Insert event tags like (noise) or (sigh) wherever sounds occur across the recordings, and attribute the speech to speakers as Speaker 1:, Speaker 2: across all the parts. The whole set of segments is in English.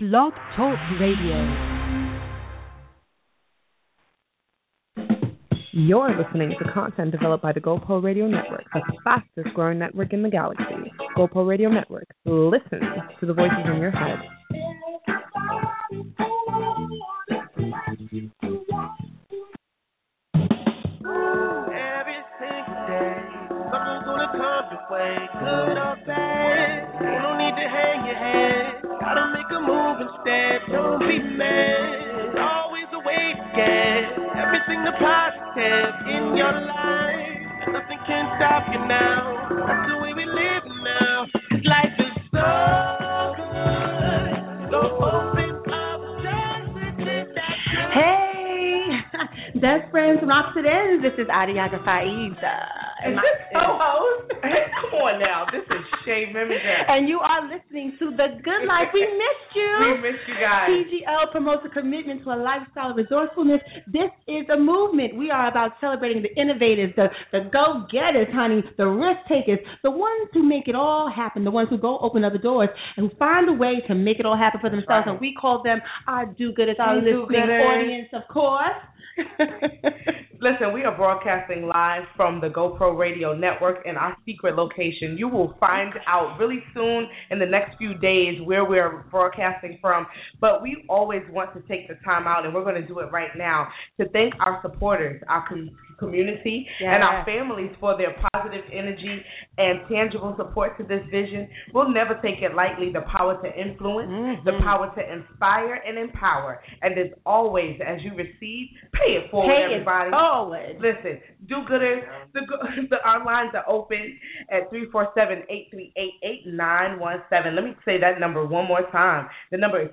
Speaker 1: Blog Talk Radio.
Speaker 2: You're listening to content developed by the GoPro Radio Network, the fastest growing network in the galaxy. GoPro Radio Network. Listen to the voices in your head.
Speaker 3: Every single day, something's gonna come your way, good or bad. You don't need to hang your head. Gotta make a move instead. Don't be mad. There's always a way to get everything the positive in your life. And nothing can stop you now. That's the way we live now. 'Cause life is so good. So open up just a little bit.
Speaker 4: Hey, (laughs) best friends from opposite ends. This is Adiaga Faiza.
Speaker 5: Is
Speaker 4: And
Speaker 5: this
Speaker 4: I-
Speaker 5: co-host? Come on now, this is Shay Remington.
Speaker 4: And you are listening to The Good Life. We missed you.
Speaker 5: We miss you guys.
Speaker 4: TGL promotes a commitment to a lifestyle of resourcefulness. This is a movement. We are about celebrating the innovators, the, the go getters, honey, the risk takers, the ones who make it all happen, the ones who go open other doors and who find a way to make it all happen for themselves.
Speaker 5: right.
Speaker 4: And we call them our do gooders, our
Speaker 5: Do-gooders.
Speaker 4: listening audience, of course. (laughs)
Speaker 5: Listen, we are broadcasting live from the GoPro Radio Network in our secret location. You will find out really soon in the next few days where we're broadcasting from. But we always want to take the time out, and we're going to do it right now, to thank our supporters, our com- community, and our families for their positive energy and tangible support to this vision. We'll never take it lightly the power to influence, the power to inspire and empower. And as always, as you receive, pay it forward,
Speaker 4: Pay it
Speaker 5: everybody.
Speaker 4: forward.
Speaker 5: Listen, do gooders. The, go- (laughs) the our lines are open at 347-838-8917. Let me say that number one more time. The number is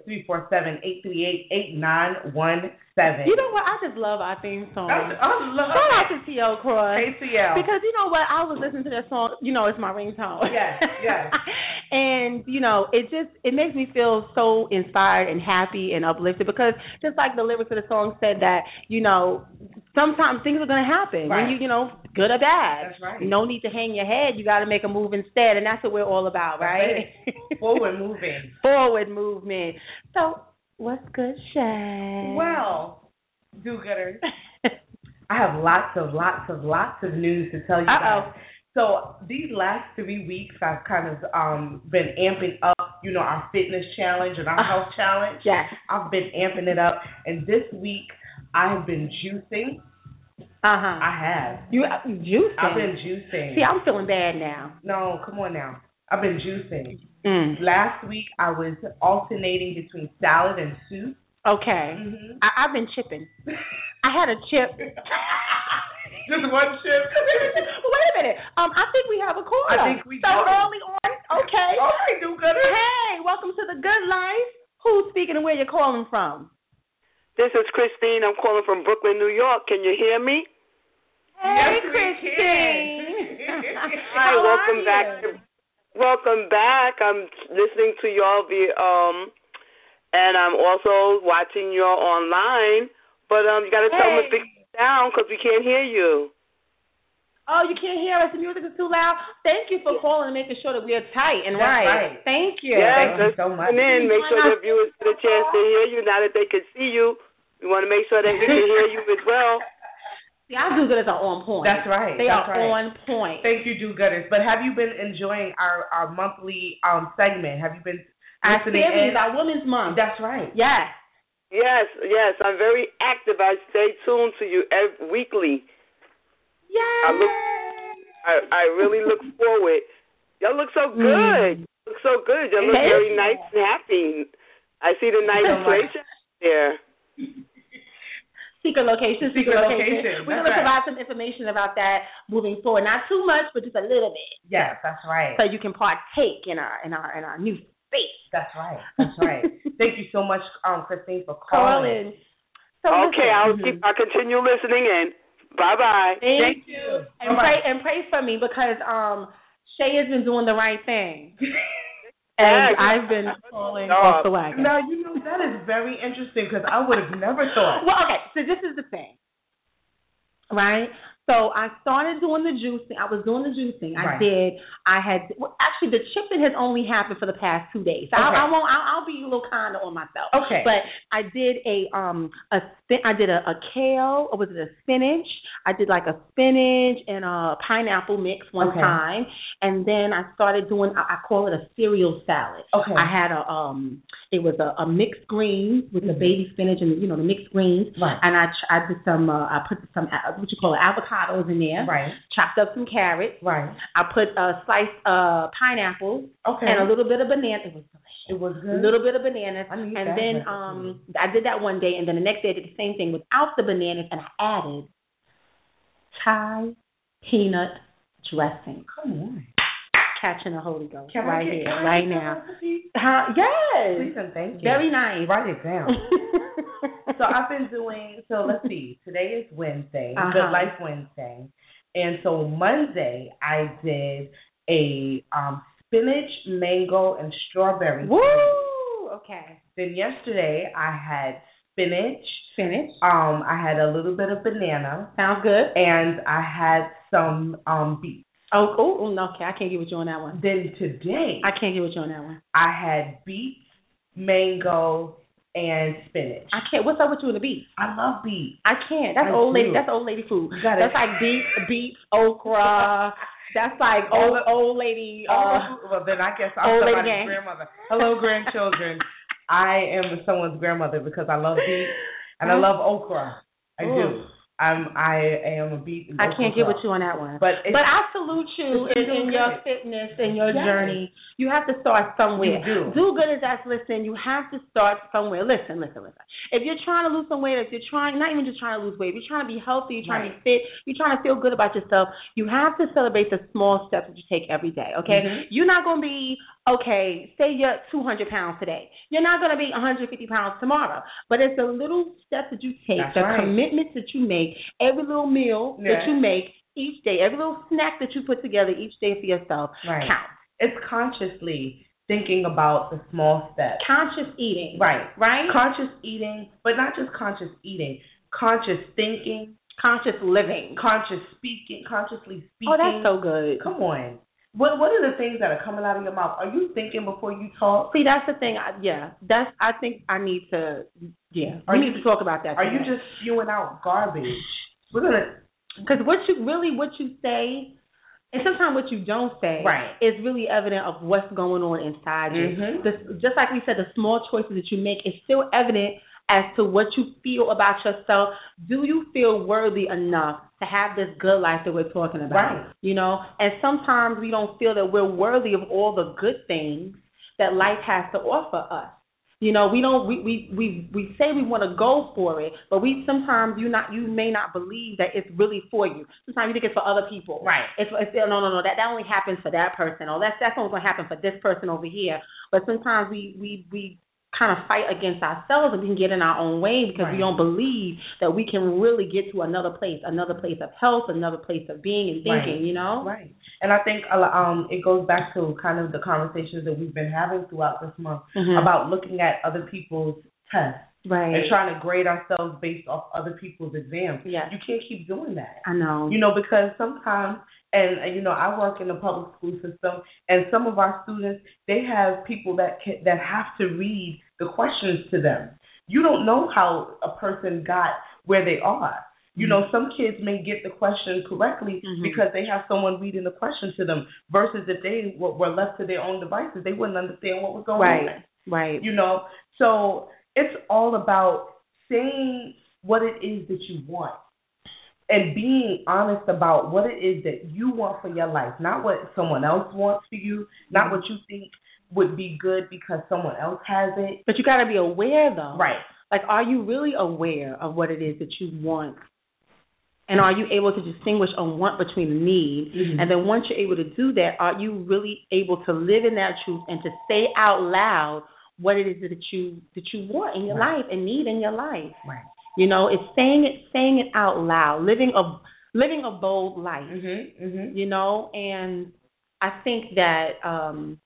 Speaker 5: 347-838-8917.
Speaker 4: You know what? I just love our theme song.
Speaker 5: I, I love
Speaker 4: Shout out
Speaker 5: it.
Speaker 4: to T.O. Cross.
Speaker 5: KCL.
Speaker 4: Because you know what, I was listening to that song. You know, it's my ringtone.
Speaker 5: Yes, yes.
Speaker 4: (laughs) and you know, it just it makes me feel so inspired and happy and uplifted because just like the lyrics of the song said that you know sometimes things are gonna happen
Speaker 5: Right.
Speaker 4: when you you know good or bad.
Speaker 5: That's right.
Speaker 4: No need to hang your head. You got to make a move instead, and that's what we're all about, right?
Speaker 5: forward moving.
Speaker 4: Forward movement. So what's good, Shay? (laughs)
Speaker 5: Well, do gooders. I have lots of lots of lots of news to tell you
Speaker 4: Uh-oh.
Speaker 5: guys. So these last three weeks, I've kind of um been amping up, you know, our fitness challenge and our health challenge.
Speaker 4: yes.
Speaker 5: I've been amping it up, and this week I have been juicing.
Speaker 4: Uh huh.
Speaker 5: I have.
Speaker 4: You juicing.
Speaker 5: I've been juicing.
Speaker 4: See, I'm feeling bad now.
Speaker 5: no, come on now. I've been juicing.
Speaker 4: Mm.
Speaker 5: Last week I was alternating between salad and soup.
Speaker 4: Okay.
Speaker 5: Mm-hmm.
Speaker 4: I, I've been chipping. I had a chip.
Speaker 5: (laughs) Just one chip. (laughs)
Speaker 4: Wait a minute. Um, I think we have a caller.
Speaker 5: I think we Oh,
Speaker 4: so
Speaker 5: do.
Speaker 4: early on. Okay.
Speaker 5: All right, do gooder.
Speaker 4: Hey, welcome to the Good Life. Who's speaking and where you're calling from?
Speaker 6: This is Christine. I'm calling from Brooklyn, New York. Can you hear me?
Speaker 4: Hey,
Speaker 5: Yes, we
Speaker 4: Christine. (laughs)
Speaker 5: can.
Speaker 6: Hi,
Speaker 4: How are
Speaker 6: welcome back.
Speaker 4: you?
Speaker 6: To, welcome back. I'm listening to y'all via um, and I'm also watching y'all online. But um, you got to tell them to
Speaker 4: Hey.
Speaker 6: fix it down because we can't hear you.
Speaker 4: Oh, you can't hear us. The music is too loud. Thank you for calling and making sure that we are tight and
Speaker 5: That's right.
Speaker 4: Thank you.
Speaker 6: yes,
Speaker 5: Thank you
Speaker 6: let's
Speaker 5: so much.
Speaker 6: tune in. Make sure the viewers get a chance to hear you. Now that they can see you, we want to make sure that we can hear you as (laughs) well.
Speaker 4: See, our do-gooders are on point.
Speaker 5: That's right.
Speaker 4: They
Speaker 5: That's
Speaker 4: are
Speaker 5: right.
Speaker 4: on point.
Speaker 5: Thank you, do gooders. But have you been enjoying our, our monthly um segment? Have you been
Speaker 4: Our
Speaker 5: listening
Speaker 4: series,
Speaker 5: in?
Speaker 4: our Women's Month.
Speaker 5: That's right.
Speaker 4: Yes.
Speaker 6: Yes, yes, I'm very active. I stay tuned to you every, weekly.
Speaker 4: Yay.
Speaker 6: I look, I, I really look forward. Y'all look so good. Look so good. Y'all
Speaker 4: Mm.
Speaker 6: look
Speaker 4: Thank
Speaker 6: very nice and happy. I see the nice
Speaker 4: so much.
Speaker 6: place there.
Speaker 4: Secret location, secret,
Speaker 5: Secret
Speaker 4: location.
Speaker 5: location,
Speaker 4: We're
Speaker 5: that's
Speaker 4: going to
Speaker 5: right.
Speaker 4: provide some information about that moving forward. Not too much, but just a little bit,
Speaker 5: Yes, that's right.
Speaker 4: so you can partake in our in our in our new space.
Speaker 5: That's right. That's
Speaker 4: (laughs)
Speaker 5: right. Thank you so much, um, Christine, for
Speaker 4: Call
Speaker 5: calling.
Speaker 4: in. So
Speaker 6: Okay,
Speaker 4: listen, Mm-hmm.
Speaker 6: I'll keep. I continue listening in. Bye bye.
Speaker 5: Thank
Speaker 4: thank, you,
Speaker 5: you.
Speaker 4: and pray and pray for me because um Shay has been doing the right thing,
Speaker 5: (laughs)
Speaker 4: and
Speaker 6: Yes.
Speaker 4: I've been falling
Speaker 6: Good
Speaker 4: off
Speaker 6: job.
Speaker 4: the wagon.
Speaker 5: Now you know that is very interesting because I would have never thought.
Speaker 4: Well, okay, so this is the thing, right? So I started doing the juicing. I was doing the juicing. I
Speaker 5: Right.
Speaker 4: did. I had well, actually the chipping has only happened for the past two days. So
Speaker 5: Okay.
Speaker 4: I, I won't. I'll, I'll be a little kinder on myself.
Speaker 5: Okay.
Speaker 4: But I did a um a spin. I did a, a kale. Or was it a spinach? I did like a spinach and a pineapple mix one
Speaker 5: Okay.
Speaker 4: time, and then I started doing. I, I call it a cereal salad.
Speaker 5: Okay.
Speaker 4: I had a um. It was a, a mixed greens with the baby spinach and you know the mixed greens.
Speaker 5: Right.
Speaker 4: And I tr- I did some. Uh, I put some uh, what you call it, avocados in there.
Speaker 5: Right.
Speaker 4: Chopped up some carrots.
Speaker 5: Right.
Speaker 4: I put uh, sliced uh pineapple
Speaker 5: Okay.
Speaker 4: and a little bit of banana. It was delicious.
Speaker 5: It was
Speaker 4: A
Speaker 5: good.
Speaker 4: little bit of bananas,
Speaker 5: I need
Speaker 4: and
Speaker 5: that
Speaker 4: then
Speaker 5: recipe.
Speaker 4: um, I did that one day, and then the next day I did the same thing without the bananas, and I added Thai peanut dressing.
Speaker 5: Come on.
Speaker 4: Catching the Holy Ghost
Speaker 5: Can
Speaker 4: right
Speaker 5: I get,
Speaker 4: here,
Speaker 5: can I
Speaker 4: right
Speaker 5: get that
Speaker 4: now.
Speaker 5: recipe?
Speaker 4: Huh? Yes,
Speaker 5: Please and thank you.
Speaker 4: very nice.
Speaker 5: Write it
Speaker 4: (laughs)
Speaker 5: down. so (laughs) I've been doing. So let's see. Today is Wednesday,
Speaker 4: Uh-huh.
Speaker 5: Good Life Wednesday, and so Monday I did a um, spinach, mango, and strawberry.
Speaker 4: Woo! Okay.
Speaker 5: Then yesterday I had spinach.
Speaker 4: Spinach.
Speaker 5: Um, I had a little bit of banana,
Speaker 4: Sounds good.
Speaker 5: and I had some um beets.
Speaker 4: Oh, oh, oh, no, okay. I can't get with you on that one.
Speaker 5: Then today
Speaker 4: I can't get with you on that one.
Speaker 5: I had beets, mango, and spinach.
Speaker 4: I can't. What's up with you and the beets?
Speaker 5: I love beets.
Speaker 4: I can't. That's
Speaker 5: I
Speaker 4: old
Speaker 5: do.
Speaker 4: lady. That's old lady food.
Speaker 5: You gotta-
Speaker 4: That's like beets, beets, okra.
Speaker 5: (laughs)
Speaker 4: That's like old old lady. Uh,
Speaker 5: Oh, well, then I guess I'm
Speaker 4: old lady
Speaker 5: somebody's
Speaker 4: gang.
Speaker 5: grandmother. Hello,
Speaker 4: (laughs)
Speaker 5: grandchildren. I am someone's grandmother because I love beets and I love okra. I do.
Speaker 4: Ooh.
Speaker 5: I'm I am a beet. And
Speaker 4: I
Speaker 5: okra
Speaker 4: can't get with
Speaker 5: girl.
Speaker 4: you on that one.
Speaker 5: But it's,
Speaker 4: But I salute you
Speaker 5: It's been
Speaker 4: in, in
Speaker 5: doing
Speaker 4: your
Speaker 5: good.
Speaker 4: fitness and your
Speaker 5: Yes.
Speaker 4: journey. You have to start somewhere.
Speaker 5: You do.
Speaker 4: good as us. Listen, you have to start somewhere. Listen, listen, listen. If you're trying to lose some weight, if you're trying, not even just trying to lose weight, if you're trying to be healthy, you're trying to be fit, you're trying to feel good about yourself, you have to celebrate the small steps that you take every day, okay?
Speaker 5: Mhm.
Speaker 4: You're not going to be, okay, say you're 200 pounds today. You're not going to be 150 pounds tomorrow. But it's the little steps that you take,
Speaker 5: That's
Speaker 4: the
Speaker 5: right.
Speaker 4: commitments that you make, every little meal
Speaker 5: Yeah.
Speaker 4: that you make each day, every little snack that you put together each day for yourself
Speaker 5: right.
Speaker 4: counts.
Speaker 5: It's consciously thinking about the small steps.
Speaker 4: Conscious eating.
Speaker 5: Right.
Speaker 4: Right?
Speaker 5: Conscious eating, but not just conscious eating. Conscious thinking,
Speaker 4: Conscious living.
Speaker 5: conscious speaking, consciously speaking.
Speaker 4: Oh, that's so good.
Speaker 5: Come on. What What are the things that are coming out of your mouth? Are you thinking before you talk?
Speaker 4: See, that's the thing. I, yeah, that's. I think I need to. Yeah,
Speaker 5: Are
Speaker 4: we
Speaker 5: you-
Speaker 4: need to talk about that.
Speaker 5: Are you just spewing out garbage? We're gonna
Speaker 4: because what you really what you say, and sometimes what you don't say,
Speaker 5: Right.
Speaker 4: is really evident of what's going on inside you.
Speaker 5: Mhm.
Speaker 4: The, just like we said, the small choices that you make is still evident as to what you feel about yourself. Do you feel worthy enough to have this good life that we're talking about?
Speaker 5: Right.
Speaker 4: You know, and sometimes we don't feel that we're worthy of all the good things that life has to offer us. You know, we don't we we we, we say we want to go for it, but we sometimes you not you may not believe that it's really for you. Sometimes you think it's for other people.
Speaker 5: Right.
Speaker 4: It's, it's no no no that that only happens for that person or that's that's only going to happen for this person over here. But sometimes we we we kind of fight against ourselves and we can get in our own way because we
Speaker 5: Right.
Speaker 4: don't believe that we can really get to another place, another place of health, another place of being and thinking,
Speaker 5: Right.
Speaker 4: you know?
Speaker 5: right. And I think a lo- um it goes back to kind of the conversations that we've been having throughout this month
Speaker 4: Mhm.
Speaker 5: about looking at other people's tests
Speaker 4: right.
Speaker 5: and trying to grade ourselves based off other people's exams.
Speaker 4: Yes.
Speaker 5: You can't keep doing that.
Speaker 4: I know.
Speaker 5: You know, because sometimes, and uh, you know, I work in the public school system, and some of our students they have people that can, that have to read the questions to them. You don't know how a person got where they are. You know, some kids may get the question correctly
Speaker 4: Mhm.
Speaker 5: because they have someone reading the question to them, versus if they w- were left to their own devices, they wouldn't understand what was going on
Speaker 4: right. Right.
Speaker 5: you know so it's all about saying what it is that you want and being honest about what it is that you want for your life not what someone else wants for you not what you think would be good because someone else has it
Speaker 4: But you got to be aware, though.
Speaker 5: right
Speaker 4: Like, are you really aware of what it is that you want? And are you able to distinguish a want between a need?
Speaker 5: Mhm.
Speaker 4: And then once you're able to do that, are you really able to live in that truth and to say out loud what it is that you that you want in your
Speaker 5: Right.
Speaker 4: life and need in your life?
Speaker 5: right
Speaker 4: You know, it's saying it saying it out loud, living a living a bold life
Speaker 5: mhm mhm
Speaker 4: you know and i think that um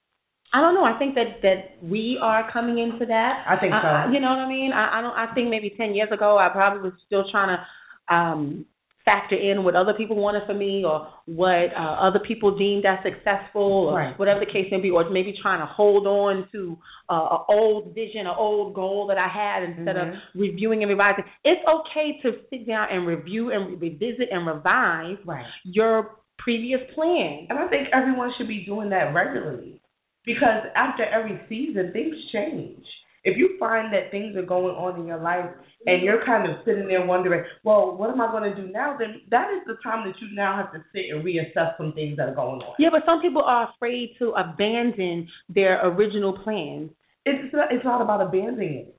Speaker 4: i don't know i think that that we are coming into that
Speaker 5: I think so.
Speaker 4: you know what i mean i i don't i think maybe ten years ago i probably was still trying to um factor in what other people wanted for me or what uh, other people deemed as successful or
Speaker 2: Right.
Speaker 4: whatever the case may be, or maybe trying to hold on to uh, an old vision, an old goal that I had instead of
Speaker 5: Mm-hmm.
Speaker 4: reviewing and revising. It's okay to sit down and review and revisit and revise
Speaker 2: Right.
Speaker 4: your previous plan.
Speaker 5: And I think everyone should be doing that regularly because after every season, things change. If you find that things are going on in your life and you're kind of sitting there wondering, well, what am I going to do now? Then that is the time that you now have to sit and reassess some things that are going on.
Speaker 4: Yeah, but some people are afraid to abandon their original plans.
Speaker 5: It's not, it's not about abandoning it.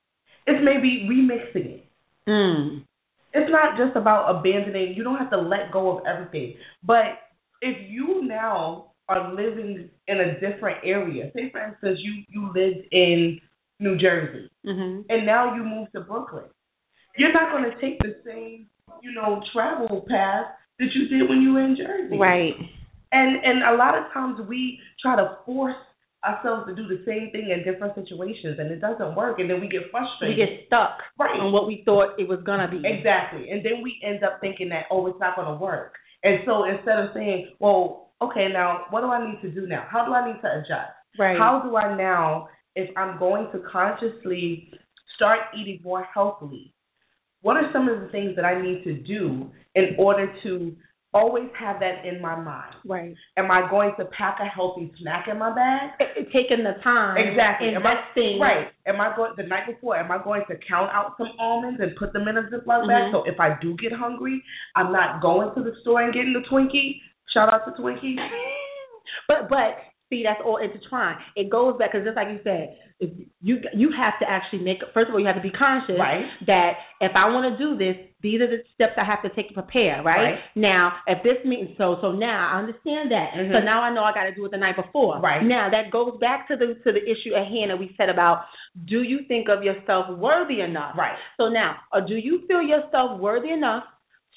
Speaker 5: It's maybe remixing it.
Speaker 4: Mm.
Speaker 5: it's not just about abandoning. You don't have to let go of everything. But if you now are living in a different area, say for instance you you lived in New Jersey
Speaker 4: Mm-hmm.
Speaker 5: and now you move to Brooklyn, you're not going to take the same you know travel path that you did when you were in Jersey.
Speaker 4: Right.
Speaker 5: And and a lot of times we try to force ourselves to do the same thing in different situations and it doesn't work and then we get
Speaker 4: We
Speaker 5: frustrated.
Speaker 4: get stuck
Speaker 5: right.
Speaker 4: on what we thought it was gonna be.
Speaker 5: Exactly. And then we end up thinking that, oh, it's not going to work. And so instead of saying, well, okay, now what do I need to do now? How do I need to adjust?
Speaker 4: Right.
Speaker 5: How do I now, if I'm going to consciously start eating more healthily, what are some of the things that I need to do in order to always have that in my mind?
Speaker 4: right.
Speaker 5: Am I going to pack a healthy snack in my bag?
Speaker 4: It- it- Taking the time.
Speaker 5: Exactly. Am I-
Speaker 4: Investing.
Speaker 5: Right. Am I going the night before? Am I going to count out some almonds and put them in a Ziploc bag?
Speaker 4: Mhm.
Speaker 5: So if I do get hungry, I'm not going to the store and getting the Twinkie. Shout out to
Speaker 4: (laughs)
Speaker 5: Twinkie.
Speaker 4: But but see, that's all intertwined. It goes back because just like you said, if you you have to actually make. First of all, you have to be conscious
Speaker 5: Right.
Speaker 4: that if I want to do this, these are the steps I have to take to prepare. Right.
Speaker 5: Right.
Speaker 4: Now, if this meeting, so so now I understand that.
Speaker 5: Mhm.
Speaker 4: So now I know I got to do it the night before.
Speaker 5: Right.
Speaker 4: Now that goes back to the to the issue at hand that we said about. Do you think of yourself worthy enough?
Speaker 5: Right.
Speaker 4: So now, or do you feel yourself worthy enough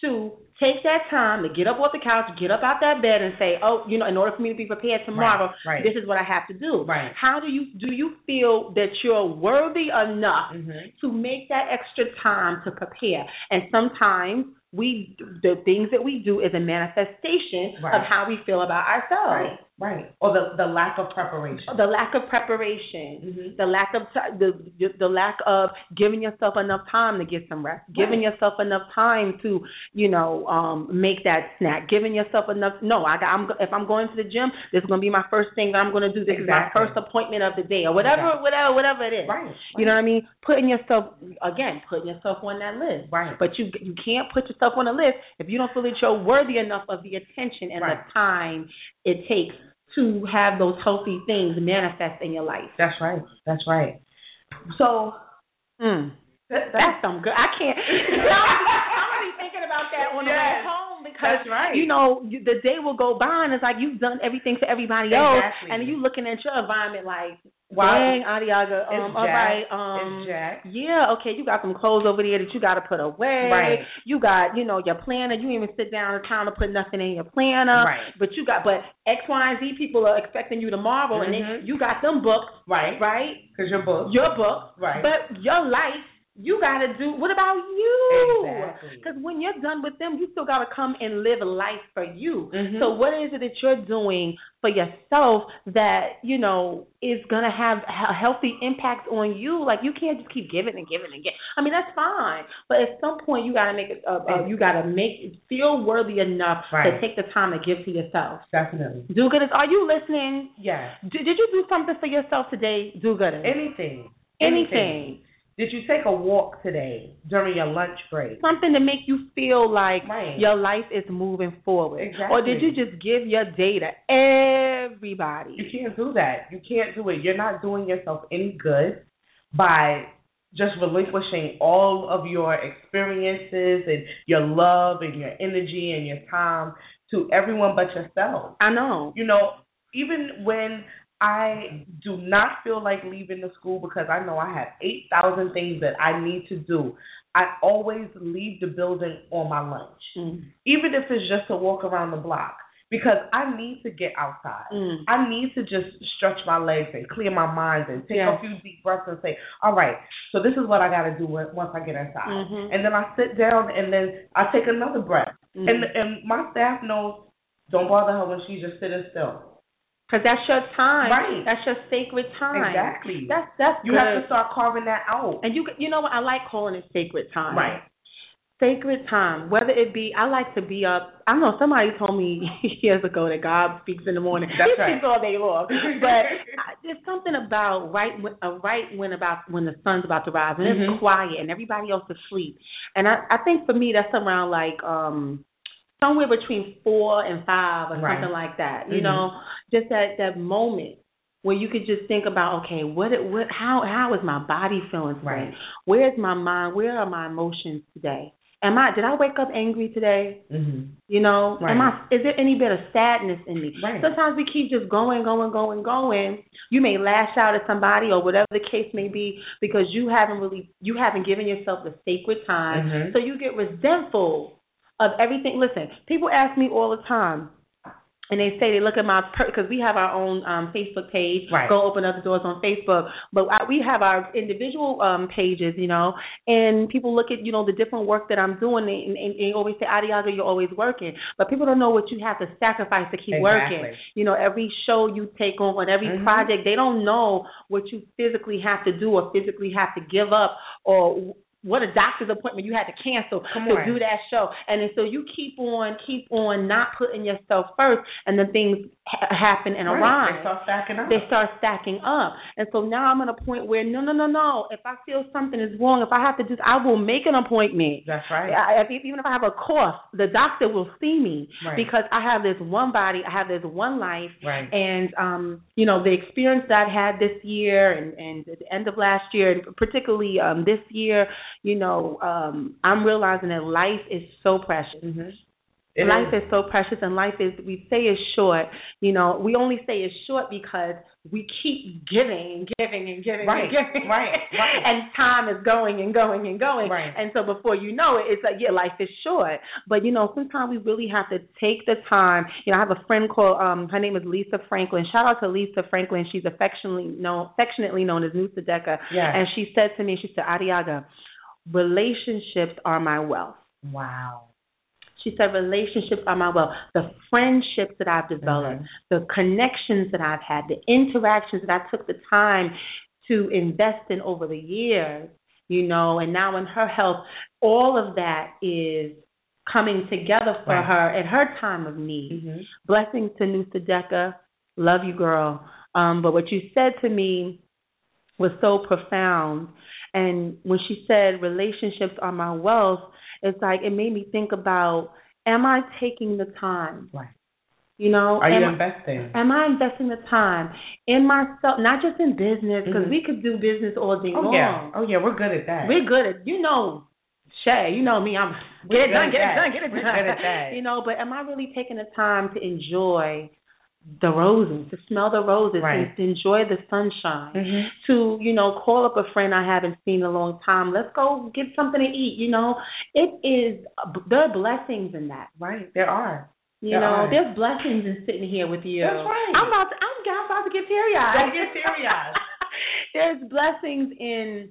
Speaker 4: to take that time to get up off the couch, get up out that bed, and say, "Oh, you know, in order for me to be prepared tomorrow,
Speaker 5: Right, right.
Speaker 4: this is what I have to do."
Speaker 5: Right.
Speaker 4: How do you do? You feel that you're worthy enough
Speaker 5: Mhm.
Speaker 4: to make that extra time to prepare, and sometimes. We the things that we do is a manifestation
Speaker 5: Right.
Speaker 4: of how we feel about
Speaker 5: Right.
Speaker 4: ourselves.
Speaker 5: Right. Or the the lack of preparation.
Speaker 4: The lack of preparation,
Speaker 5: Mhm.
Speaker 4: the lack of ti the the lack of giving yourself enough time to get some rest, giving yourself enough time to you know um make that snack, giving yourself enough. No, I got, I'm if I'm going to the gym, this is gonna be my first thing that I'm gonna do. This
Speaker 5: Exactly.
Speaker 4: is my first appointment of the day, or whatever,
Speaker 5: Exactly.
Speaker 4: whatever, whatever it is.
Speaker 5: Right. right.
Speaker 4: You know what I mean? Putting yourself again, putting yourself on that list.
Speaker 5: Right.
Speaker 4: But you you can't put yourself on a list if you don't feel that you're worthy enough of the attention and
Speaker 5: Right.
Speaker 4: the time it takes to have those healthy things manifest in your life.
Speaker 5: That's right. That's right. So
Speaker 4: Mm.
Speaker 5: that,
Speaker 4: That's some good. I (laughs) can't. I'm gonna be thinking about that on the way
Speaker 5: Yes.
Speaker 4: home because
Speaker 5: That's right.
Speaker 4: you know you, the day will go by and it's like you've done everything for everybody else,
Speaker 5: Exactly.
Speaker 4: and you looking at your environment like,
Speaker 5: Wow.
Speaker 4: dang, Adiaga, um,
Speaker 5: It's
Speaker 4: all
Speaker 5: jacked.
Speaker 4: right,
Speaker 5: it's
Speaker 4: um,
Speaker 5: Jack.
Speaker 4: yeah, okay, you got some clothes over there that you got to put away.
Speaker 5: Right.
Speaker 4: You got, you know, your planner. You even sit down and kind of put nothing in your planner.
Speaker 5: Right.
Speaker 4: But you got, but X, Y, and Z people are expecting you tomorrow, and
Speaker 5: Mhm.
Speaker 4: then you got them booked,
Speaker 5: Right.
Speaker 4: right?
Speaker 5: Because you're both.
Speaker 4: your book,
Speaker 5: Right.
Speaker 4: but your life, you got to do. What about you?
Speaker 5: Exactly.
Speaker 4: Because when you're done with them, you still got to come and live a life for you.
Speaker 5: Mhm.
Speaker 4: So what is it that you're doing for yourself that you know is gonna have a healthy impact on you? Like you can't just keep giving and giving and giving. I mean that's fine, but at some point you got to make it. Uh, uh, you got to make feel worthy enough
Speaker 5: Right.
Speaker 4: to take the time to give to yourself.
Speaker 5: Definitely.
Speaker 4: Do gooders, are you listening?
Speaker 5: Yes.
Speaker 4: Did, did you do something for yourself today? Do gooders.
Speaker 5: Anything.
Speaker 4: Anything.
Speaker 5: Did you take a walk today during your lunch break?
Speaker 4: something to make you feel like
Speaker 5: Right.
Speaker 4: your life is moving forward.
Speaker 5: Exactly.
Speaker 4: Or did you just give your data everybody?
Speaker 5: You can't do that. You can't do it. You're not doing yourself any good by just relinquishing all of your experiences and your love and your energy and your time to everyone but yourself.
Speaker 4: I know.
Speaker 5: You know, even when I do not feel like leaving the school because I know I have 8,000 things that I need to do, I always leave the building on my lunch.
Speaker 4: Mm.
Speaker 5: even if it's just to walk around the block, because I need to get outside.
Speaker 4: Mm.
Speaker 5: I need to just stretch my legs and clear my mind and take
Speaker 4: Yeah.
Speaker 5: a few deep breaths and say, all right, so this is what I got to do when- once I get inside.
Speaker 4: Mhm.
Speaker 5: And then I sit down and then I take another breath
Speaker 4: Mm-hmm.
Speaker 5: And and my staff knows don't bother her when she's just sitting still.
Speaker 4: Because that's your time.
Speaker 5: Right.
Speaker 4: That's your sacred time.
Speaker 5: Exactly.
Speaker 4: That's that's
Speaker 5: You
Speaker 4: good.
Speaker 5: have to start carving that out.
Speaker 4: and you you know what I like calling it sacred time.
Speaker 5: Right.
Speaker 4: Sacred time, whether it be, I like to be up. I know somebody told me (laughs) years ago that God speaks in the morning.
Speaker 5: That's
Speaker 4: he
Speaker 5: right.
Speaker 4: speaks all day
Speaker 5: (laughs)
Speaker 4: long, but I, there's something about right when, a right when about when the sun's about to rise and
Speaker 5: Mhm.
Speaker 4: it's quiet and everybody else is asleep. And I, I think for me that's around like um somewhere between four and five or
Speaker 5: Right.
Speaker 4: something like that. You
Speaker 5: Mhm.
Speaker 4: know, just that that moment where you could just think about okay what it what how how is my body feeling today
Speaker 5: Right.
Speaker 4: where's my mind where are my emotions today am i did i wake up angry today
Speaker 5: Mm-hmm.
Speaker 4: you know am i
Speaker 5: Right.
Speaker 4: is there any bit of sadness in me
Speaker 5: Right.
Speaker 4: sometimes we keep just going going going going you may lash out at somebody or whatever the case may be because you haven't really you haven't given yourself the sacred time
Speaker 5: Mhm.
Speaker 4: so you get resentful of everything listen people ask me all the time and they say they look at my because we have our own um, Facebook page.
Speaker 5: Right.
Speaker 4: Go open other doors on Facebook, but I, we have our individual um, pages, you know. And people look at you know the different work that I'm doing, and, and, and they always say, "Adiaga, you're always working," but people don't know what you have to sacrifice to keep working.
Speaker 5: Exactly.
Speaker 4: You know, every show you take on, every
Speaker 5: Mhm.
Speaker 4: project, they don't know what you physically have to do or physically have to give up or what a doctor's appointment you had to cancel
Speaker 5: Come
Speaker 4: to
Speaker 5: on.
Speaker 4: do that show. And then so you keep on, keep on not putting yourself first, and then things ha- happen and
Speaker 5: Right. They
Speaker 4: arrive.
Speaker 5: start stacking up.
Speaker 4: They start stacking up. And so now I'm at a point where no, no, no, no. If I feel something is wrong, if I have to do, I will make an appointment.
Speaker 5: That's right.
Speaker 4: I, if, even if I have a cough, the doctor will see me
Speaker 5: Right.
Speaker 4: because I have this one body, I have this one life,
Speaker 5: Right.
Speaker 4: and um, you know the experience that I had this year and and at the end of last year, and particularly um, this year, you know, um, I'm realizing that life is so precious.
Speaker 5: Mm-hmm. It
Speaker 4: life
Speaker 5: is.
Speaker 4: is. so precious, and life is we say is short. You know, we only say it's short because we keep giving and giving and giving
Speaker 5: Right,
Speaker 4: and giving.
Speaker 5: right, right.
Speaker 4: (laughs) And time is going and going and going.
Speaker 5: Right.
Speaker 4: And so before you know it, it's like yeah, life is short. But you know, sometimes we really have to take the time. You know, I have a friend called um, her name is Lisa Franklin. Shout out to Lisa Franklin. She's affectionately known affectionately known as Nusa Deca.
Speaker 5: Yes.
Speaker 4: And she said to me, she said, Adiaga, relationships are my wealth.
Speaker 5: Wow.
Speaker 4: She said, relationships are my wealth. The friendships that I've
Speaker 5: Mm-hmm.
Speaker 4: developed, the connections that I've had, the interactions that I took the time to invest in over the years, you know, and now in her health, all of that is coming together for
Speaker 5: Right.
Speaker 4: her at her time of need.
Speaker 5: Mm-hmm.
Speaker 4: Blessings to Nusa Deca. Love you, girl. Um, but what you said to me was so profound. And when she said relationships are my wealth, it's like it made me think about am I taking the time?
Speaker 5: Right.
Speaker 4: You know,
Speaker 5: Are you
Speaker 4: am,
Speaker 5: investing?
Speaker 4: am I investing the time in myself, not just in business, because
Speaker 5: Mhm.
Speaker 4: we could do business all day
Speaker 5: Oh
Speaker 4: long.
Speaker 5: yeah. Oh yeah. We're good at that.
Speaker 4: We're good at you know, Shay, you know me, I'm
Speaker 5: We're
Speaker 4: get it
Speaker 5: good
Speaker 4: done,
Speaker 5: at
Speaker 4: get it
Speaker 5: that.
Speaker 4: done, get it
Speaker 5: We're
Speaker 4: done.
Speaker 5: good at that.
Speaker 4: (laughs) You know, but am I really taking the time to enjoy the roses, to smell the roses,
Speaker 5: Right.
Speaker 4: to, to enjoy the sunshine,
Speaker 5: Mhm.
Speaker 4: to, you know, call up a friend I haven't seen in a long time. Let's go get something to eat, you know. It is there are blessings in that.
Speaker 5: Right. There (laughs) are.
Speaker 4: You
Speaker 5: There
Speaker 4: know,
Speaker 5: are.
Speaker 4: there's blessings in sitting here with you.
Speaker 5: That's right.
Speaker 4: I'm about to, I'm, I'm about to get teary eyed.
Speaker 5: Don't get teary-eyed.
Speaker 4: (laughs) there's blessings in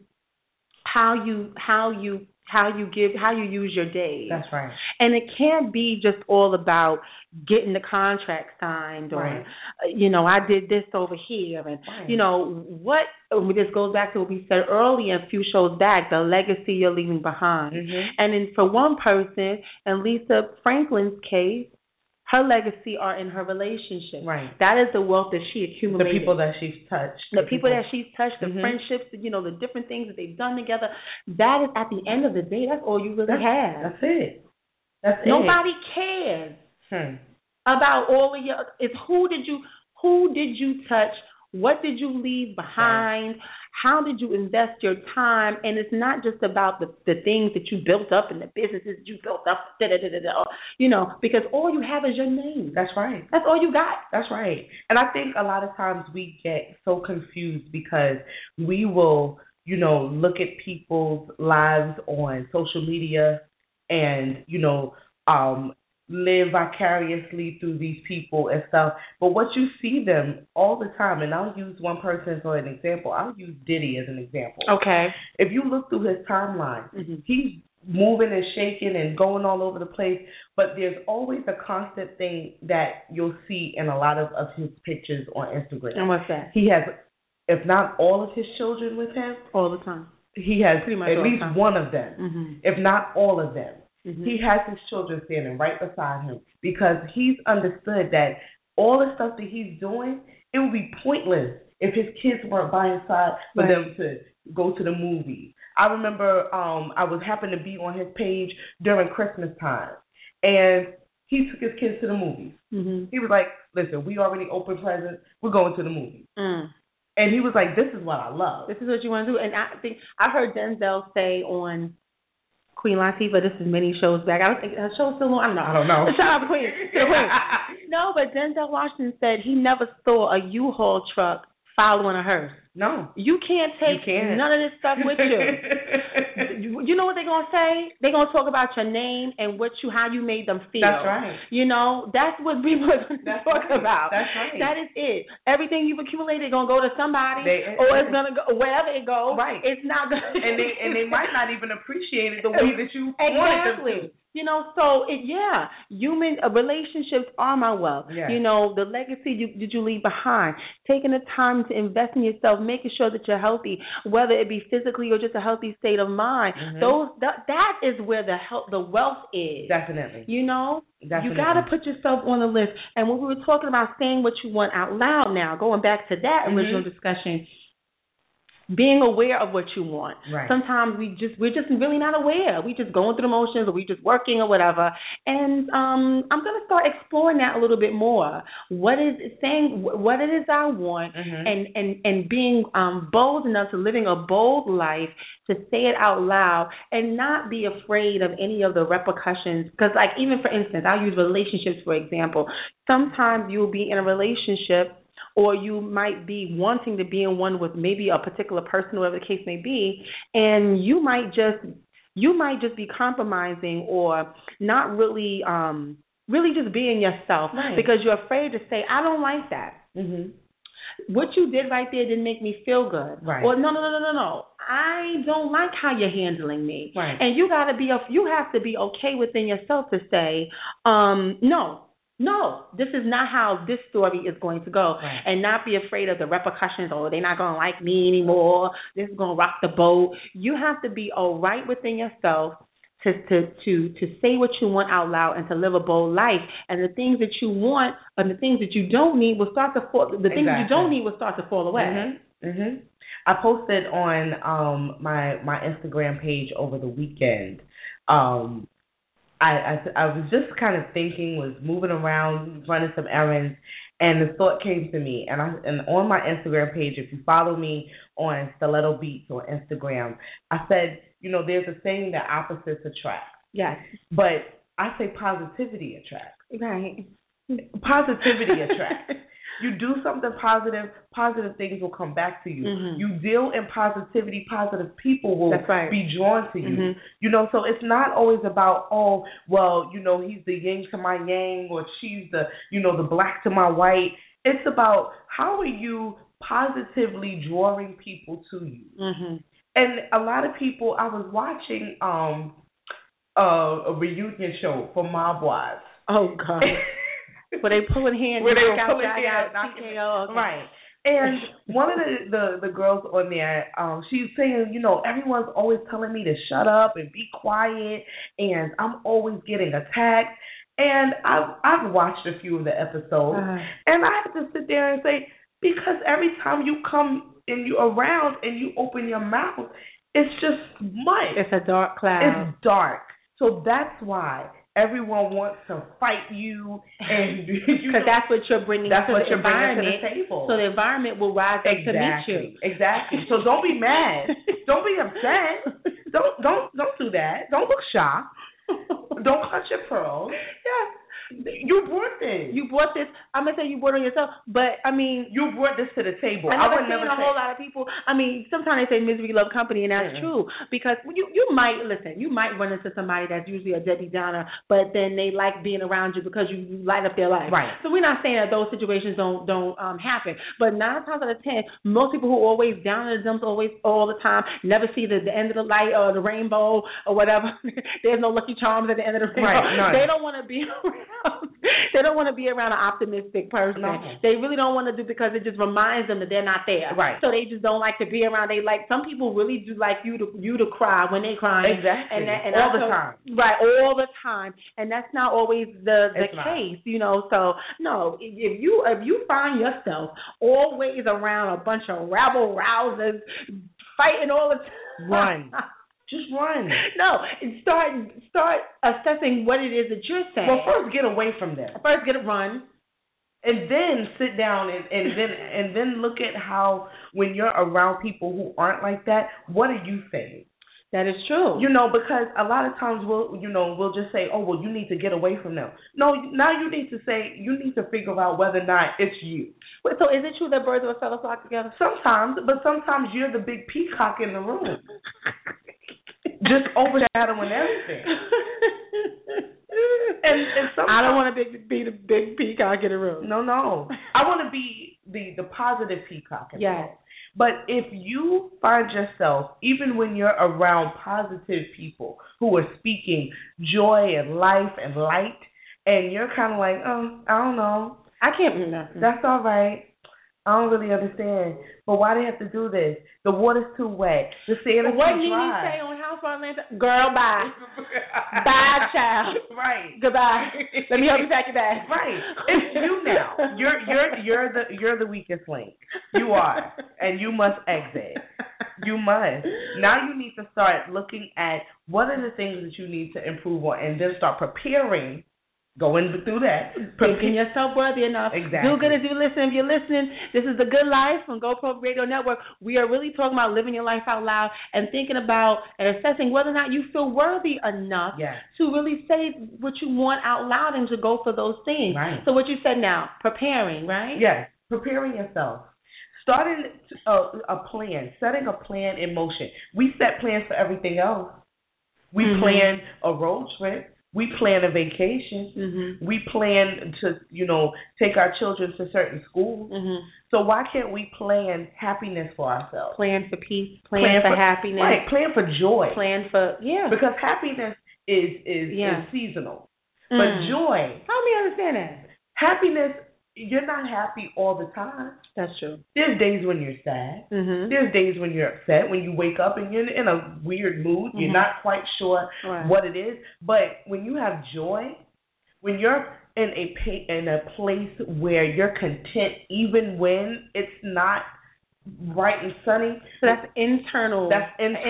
Speaker 4: how you how you how you give how you use your days.
Speaker 5: That's right.
Speaker 4: And it can't be just all about getting the contract signed or
Speaker 5: Right.
Speaker 4: uh, you know, I did this over here and
Speaker 5: Right.
Speaker 4: you know, what um, this goes back to what we said earlier a few shows back, the legacy you're leaving behind.
Speaker 5: Mhm.
Speaker 4: And then for one person, in Lisa Franklin's case, her legacy are in her relationship.
Speaker 5: Right.
Speaker 4: That is the wealth that she
Speaker 5: The
Speaker 4: accumulated
Speaker 5: people that she's touched.
Speaker 4: the people Mm-hmm. that she's touched, the
Speaker 5: Mhm.
Speaker 4: friendships, you know, the different things that they've done together. That is at the end of the day, that's all you really have.
Speaker 5: That's it. That's
Speaker 4: Nobody cares
Speaker 5: it. Hmm.
Speaker 4: about all of your. It's who did you who did you touch? What did you leave behind? How did you invest your time? And it's not just about the the things that you built up and the businesses you built up. Da, da, da, da, da, you know, because all you have is your name.
Speaker 5: That's right.
Speaker 4: That's all you got.
Speaker 5: That's right. And I think a lot of times we get so confused because we will, you know, look at people's lives on social media and, you know, um live vicariously through these people and stuff. But what you see them all the time and I'll use one person for an example. I'll use Diddy as an example.
Speaker 4: Okay.
Speaker 5: If you look through his timeline,
Speaker 4: Mhm.
Speaker 5: he's moving and shaking and going all over the place. But there's always a constant thing that you'll see in a lot of, of his pictures on Instagram.
Speaker 4: And what's that?
Speaker 5: He has, if not all of his children with him,
Speaker 4: All the time.
Speaker 5: he has
Speaker 4: Pretty much
Speaker 5: at
Speaker 4: all
Speaker 5: least
Speaker 4: the time.
Speaker 5: one of them,
Speaker 4: Mm-hmm.
Speaker 5: if not all of them. He has his children standing right beside him because he's understood that all the stuff that he's doing, it would be pointless if his kids weren't by his side for them to go to the movies. I remember um I was happened to be on his page during Christmas time and he took his kids to the movies.
Speaker 4: Mm-hmm.
Speaker 5: He was like, Listen, we already opened presents, we're going to the movies.
Speaker 4: Mm.
Speaker 5: And he was like, This is what I love.
Speaker 4: This is what you want to do. And I think I heard Denzel say on Queen Latifah, this is many shows back. I don't think her show's still on. I don't know.
Speaker 5: I don't know.
Speaker 4: (laughs) Shout out to Queen. To the
Speaker 5: (laughs)
Speaker 4: Queen. No, but Denzel Washington said he never saw a U-Haul truck following a hearse.
Speaker 5: no.
Speaker 4: You can't take
Speaker 5: You can't.
Speaker 4: none of this stuff with
Speaker 5: (laughs)
Speaker 4: you. You- you know what they're gonna say? They're gonna talk about your name and what you how you made them feel.
Speaker 5: That's right.
Speaker 4: You know, that's what (laughs) people are going to
Speaker 5: That's
Speaker 4: talk
Speaker 5: right.
Speaker 4: about.
Speaker 5: That's right.
Speaker 4: That is it. Everything you've accumulated going to go to somebody, (laughs)
Speaker 5: They-
Speaker 4: or Oh, it's going to go wherever it goes.
Speaker 5: Right.
Speaker 4: It's not going. to
Speaker 5: and they and they might not even appreciate it the way that you wanted them to.
Speaker 4: Exactly. (laughs) You know, so it, yeah, human uh, relationships are my wealth.
Speaker 5: Yes.
Speaker 4: You know, the legacy you did you leave behind, taking the time to invest in yourself, making sure that you're healthy, whether it be physically or just a healthy state of mind.
Speaker 5: Mm-hmm.
Speaker 4: Those that that is where the health, the wealth is.
Speaker 5: Definitely.
Speaker 4: You know,
Speaker 5: Definitely.
Speaker 4: you got to put yourself on the list. And when we were talking about saying what you want out loud now, going back to that
Speaker 5: Mhm.
Speaker 4: original discussion, being aware of what you want.
Speaker 5: Right.
Speaker 4: Sometimes we just we're just really not aware. We just going through the motions or we just working or whatever. And um I'm going to start exploring that a little bit more. What is saying wh- what it is I want
Speaker 5: Mhm.
Speaker 4: and and and being um bold enough to living a bold life to say it out loud and not be afraid of any of the repercussions because like even for instance i'll use relationships for example sometimes you'll be in a relationship or you might be wanting to be in one with maybe a particular person whatever the case may be and you might just you might just be compromising or not really um really just being yourself
Speaker 5: Right.
Speaker 4: because you're afraid to say i don't like that
Speaker 5: Mhm.
Speaker 4: what you did right there didn't make me feel good.
Speaker 5: Right.
Speaker 4: Or no, no, no, no, no, no. I don't like how you're handling me.
Speaker 5: Right.
Speaker 4: And you gotta be, you have to be okay within yourself to say, um, no, no, this is not how this story is going to go,
Speaker 5: Right.
Speaker 4: and not be afraid of the repercussions. Oh, they're not gonna like me anymore. This is gonna rock the boat. You have to be all right within yourself to to to to say what you want out loud and to live a bold life. And the things that you want and the things that you don't need will start to fall. The things that you
Speaker 5: Exactly.
Speaker 4: don't need will start to fall away.
Speaker 5: Mhm. Mhm. I posted on um my my Instagram page over the weekend. Um I, I I was just kind of thinking, was moving around, running some errands, and the thought came to me. And I and on my Instagram page, if you follow me on Stiletto Beats on Instagram, I said, you know, there's a saying that opposites attract,
Speaker 4: Yes.
Speaker 5: but I say positivity attracts.
Speaker 4: Right.
Speaker 5: Positivity attracts. You do something positive, positive things will come back to you.
Speaker 4: Mhm.
Speaker 5: You deal in positivity, positive people will
Speaker 4: (laughs) That's right.
Speaker 5: be drawn to you.
Speaker 4: Mhm.
Speaker 5: You know, so it's not always about, oh, well, you know, he's the yin to my yang or she's the, you know, the black to my white. It's about how are you positively drawing people to you?
Speaker 4: hmm
Speaker 5: and a lot of people I was watching um uh, a reunion show for Mob Wives.
Speaker 4: Oh
Speaker 5: (laughs)
Speaker 4: God. Were they pulling hands?
Speaker 5: Where they were
Speaker 4: knock out,
Speaker 5: pulling
Speaker 4: knock
Speaker 5: hands,
Speaker 4: out,
Speaker 5: knocking-
Speaker 4: TKO, okay.
Speaker 5: Right. And one of the, the the girls on there, um, she's saying, you know, everyone's always telling me to shut up and be quiet, and I'm always getting attacked. And I've I've watched a few of the episodes,
Speaker 4: Uh-huh.
Speaker 5: and I have to sit there and say, because every time you come and you around and you open your mouth, it's just much.
Speaker 4: Uh, It's a dark cloud.
Speaker 5: It's dark. So that's why everyone wants to fight you and (laughs) you know,
Speaker 4: Because that's what you're bringing
Speaker 5: that's
Speaker 4: to
Speaker 5: what
Speaker 4: the
Speaker 5: you're bringing to
Speaker 4: environment.
Speaker 5: the table.
Speaker 4: So the environment will rise up to
Speaker 5: exactly.
Speaker 4: meet you.
Speaker 5: Exactly.
Speaker 4: (laughs)
Speaker 5: So don't be mad. don't be upset. Don't don't don't do that. Don't look shocked. Don't clutch your pearls.
Speaker 4: Yeah.
Speaker 5: You brought this.
Speaker 4: You brought this. I'm gonna say you brought it on yourself, but I mean,
Speaker 5: You brought this to the table.
Speaker 4: I never
Speaker 5: would
Speaker 4: seen
Speaker 5: never
Speaker 4: a
Speaker 5: say-
Speaker 4: whole lot of people. I mean, sometimes they say misery love company, and that's
Speaker 5: Mm-mm.
Speaker 4: true because you you might listen. You might run into somebody that's usually a Debbie Downer, but then they like being around you because you you light up their life.
Speaker 5: Right.
Speaker 4: So we're not saying that those situations don't don't um happen, but nine times out of ten, most people who are always down in the dumps, always all the time, never see the, the end of the light or the rainbow or whatever. (laughs) There's no lucky charms at the end of the rainbow.
Speaker 5: Right, none.
Speaker 4: They don't want to be (laughs) around. they don't want to be around an optimistic person.
Speaker 5: No.
Speaker 4: They really don't want to do because it just reminds them that they're not there.
Speaker 5: Right.
Speaker 4: So they just don't like to be around. They like some people really do like you to you to cry when they crying.
Speaker 5: Exactly.
Speaker 4: And, that, and
Speaker 5: All
Speaker 4: I
Speaker 5: the
Speaker 4: told-
Speaker 5: time.
Speaker 4: Right, all the time, and that's not always the the
Speaker 5: It's not.
Speaker 4: case, you know. So no, if- if you if you find yourself always around a bunch of rabble rousers fighting all the time,
Speaker 5: Run. Just run.
Speaker 4: (laughs) no, start start assessing what it is that you're saying.
Speaker 5: Well, first get away from that,
Speaker 4: first get a run.
Speaker 5: and then sit down and, and then and then look at how when you're around people who aren't like that, what are you saying?
Speaker 4: That is true.
Speaker 5: You know, because a lot of times we'll you know we'll just say, oh well, you need to get away from them. No, now you need to say you need to figure out whether or not it's you.
Speaker 4: Wait, So is it true that birds of a feather flock (laughs) together?
Speaker 5: Sometimes, but sometimes you're the big peacock in the
Speaker 4: (laughs)
Speaker 5: room, just overshadowing everything. And, and sometimes,
Speaker 4: I don't want to be, be the big peacock in the room.
Speaker 5: No, no. I want to be the the positive peacock. in the
Speaker 4: Yes.
Speaker 5: world. But if you find yourself, even when you're around positive people who are speaking joy and life and light, and you're kind of like, oh, I don't know,
Speaker 4: I can't do nothing.
Speaker 5: that's all right. I don't really understand, but why they have to do this? The water's too wet. The sand is
Speaker 4: what
Speaker 5: too
Speaker 4: did he
Speaker 5: (laughs)
Speaker 4: say
Speaker 5: dry.
Speaker 4: on House on Atlanta? Girl, bye.
Speaker 5: say?
Speaker 4: (laughs) bye, child.
Speaker 5: Right.
Speaker 4: Goodbye. Let me help you pack your bags.
Speaker 5: Right. It's you now. You're you're you're the you're the weakest link. You
Speaker 4: (laughs)
Speaker 5: are. And you must exit. You must. Now you need to start looking at what are the things that you need to improve on and then start preparing going through that.
Speaker 4: Making
Speaker 5: Prepare,
Speaker 4: yourself worthy enough.
Speaker 5: Exactly.
Speaker 4: Do good as you listen. If you're listening, this is the Good Life from GoPro Radio Network. We are really talking about living your life out loud and thinking about and assessing whether or not you feel worthy enough
Speaker 5: yes.
Speaker 4: to really say what you want out loud and to go for those things.
Speaker 5: Right.
Speaker 4: So what you said now, preparing, right?
Speaker 5: Yes. Preparing yourself. Starting a, a plan, setting a plan in motion. We set plans for everything else. We
Speaker 4: Mhm.
Speaker 5: plan a road trip. We plan a vacation.
Speaker 4: Mhm.
Speaker 5: we plan to you know take our children to certain schools
Speaker 4: Mhm.
Speaker 5: so why can't we plan happiness for ourselves
Speaker 4: Plan for peace. Plan,
Speaker 5: Plan
Speaker 4: for,
Speaker 5: for-
Speaker 4: happiness.
Speaker 5: right plan for joy
Speaker 4: Plan for yeah.
Speaker 5: because happiness is is,
Speaker 4: Yeah.
Speaker 5: is seasonal
Speaker 4: Mm.
Speaker 5: but joy
Speaker 4: Help me understand that.
Speaker 5: happiness you're not happy all the time
Speaker 4: That's true.
Speaker 5: there's days when you're sad
Speaker 4: Mhm.
Speaker 5: there's days when you're upset when you wake up and you're in a weird mood you're
Speaker 4: Mhm.
Speaker 5: not quite sure
Speaker 4: Right.
Speaker 5: what it is. But when you have joy, when you're in a pa- in a place where you're content, even when it's not bright and sunny,
Speaker 4: So that's internal.
Speaker 5: that's internal.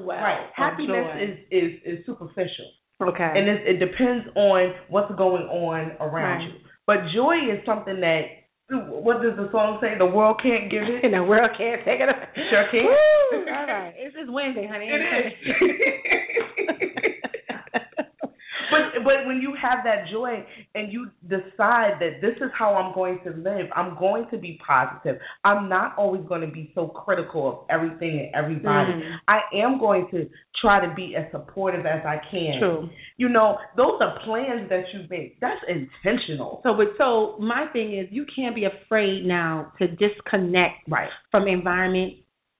Speaker 4: internal well.
Speaker 5: Right.
Speaker 4: of
Speaker 5: Happiness
Speaker 4: joy.
Speaker 5: is is is superficial,
Speaker 4: okay.
Speaker 5: and it, it depends on what's going on around
Speaker 4: Right.
Speaker 5: you. But joy is something that what does the song say? The world can't give it.
Speaker 4: and (laughs) the world can't take it. away.
Speaker 5: Sure can.
Speaker 4: Woo! (laughs) All right. It's just Wednesday, honey.
Speaker 5: It is. (laughs) But but when you have that joy and you decide that this is how I'm going to live, I'm going to be positive. I'm not always going to be so critical of everything and everybody.
Speaker 4: Mhm.
Speaker 5: I am going to try to be as supportive as I can.
Speaker 4: True.
Speaker 5: You know, those are plans that you make. That's intentional.
Speaker 4: So, but so my thing is, you can't be afraid now to disconnect
Speaker 5: Right.
Speaker 4: from environment,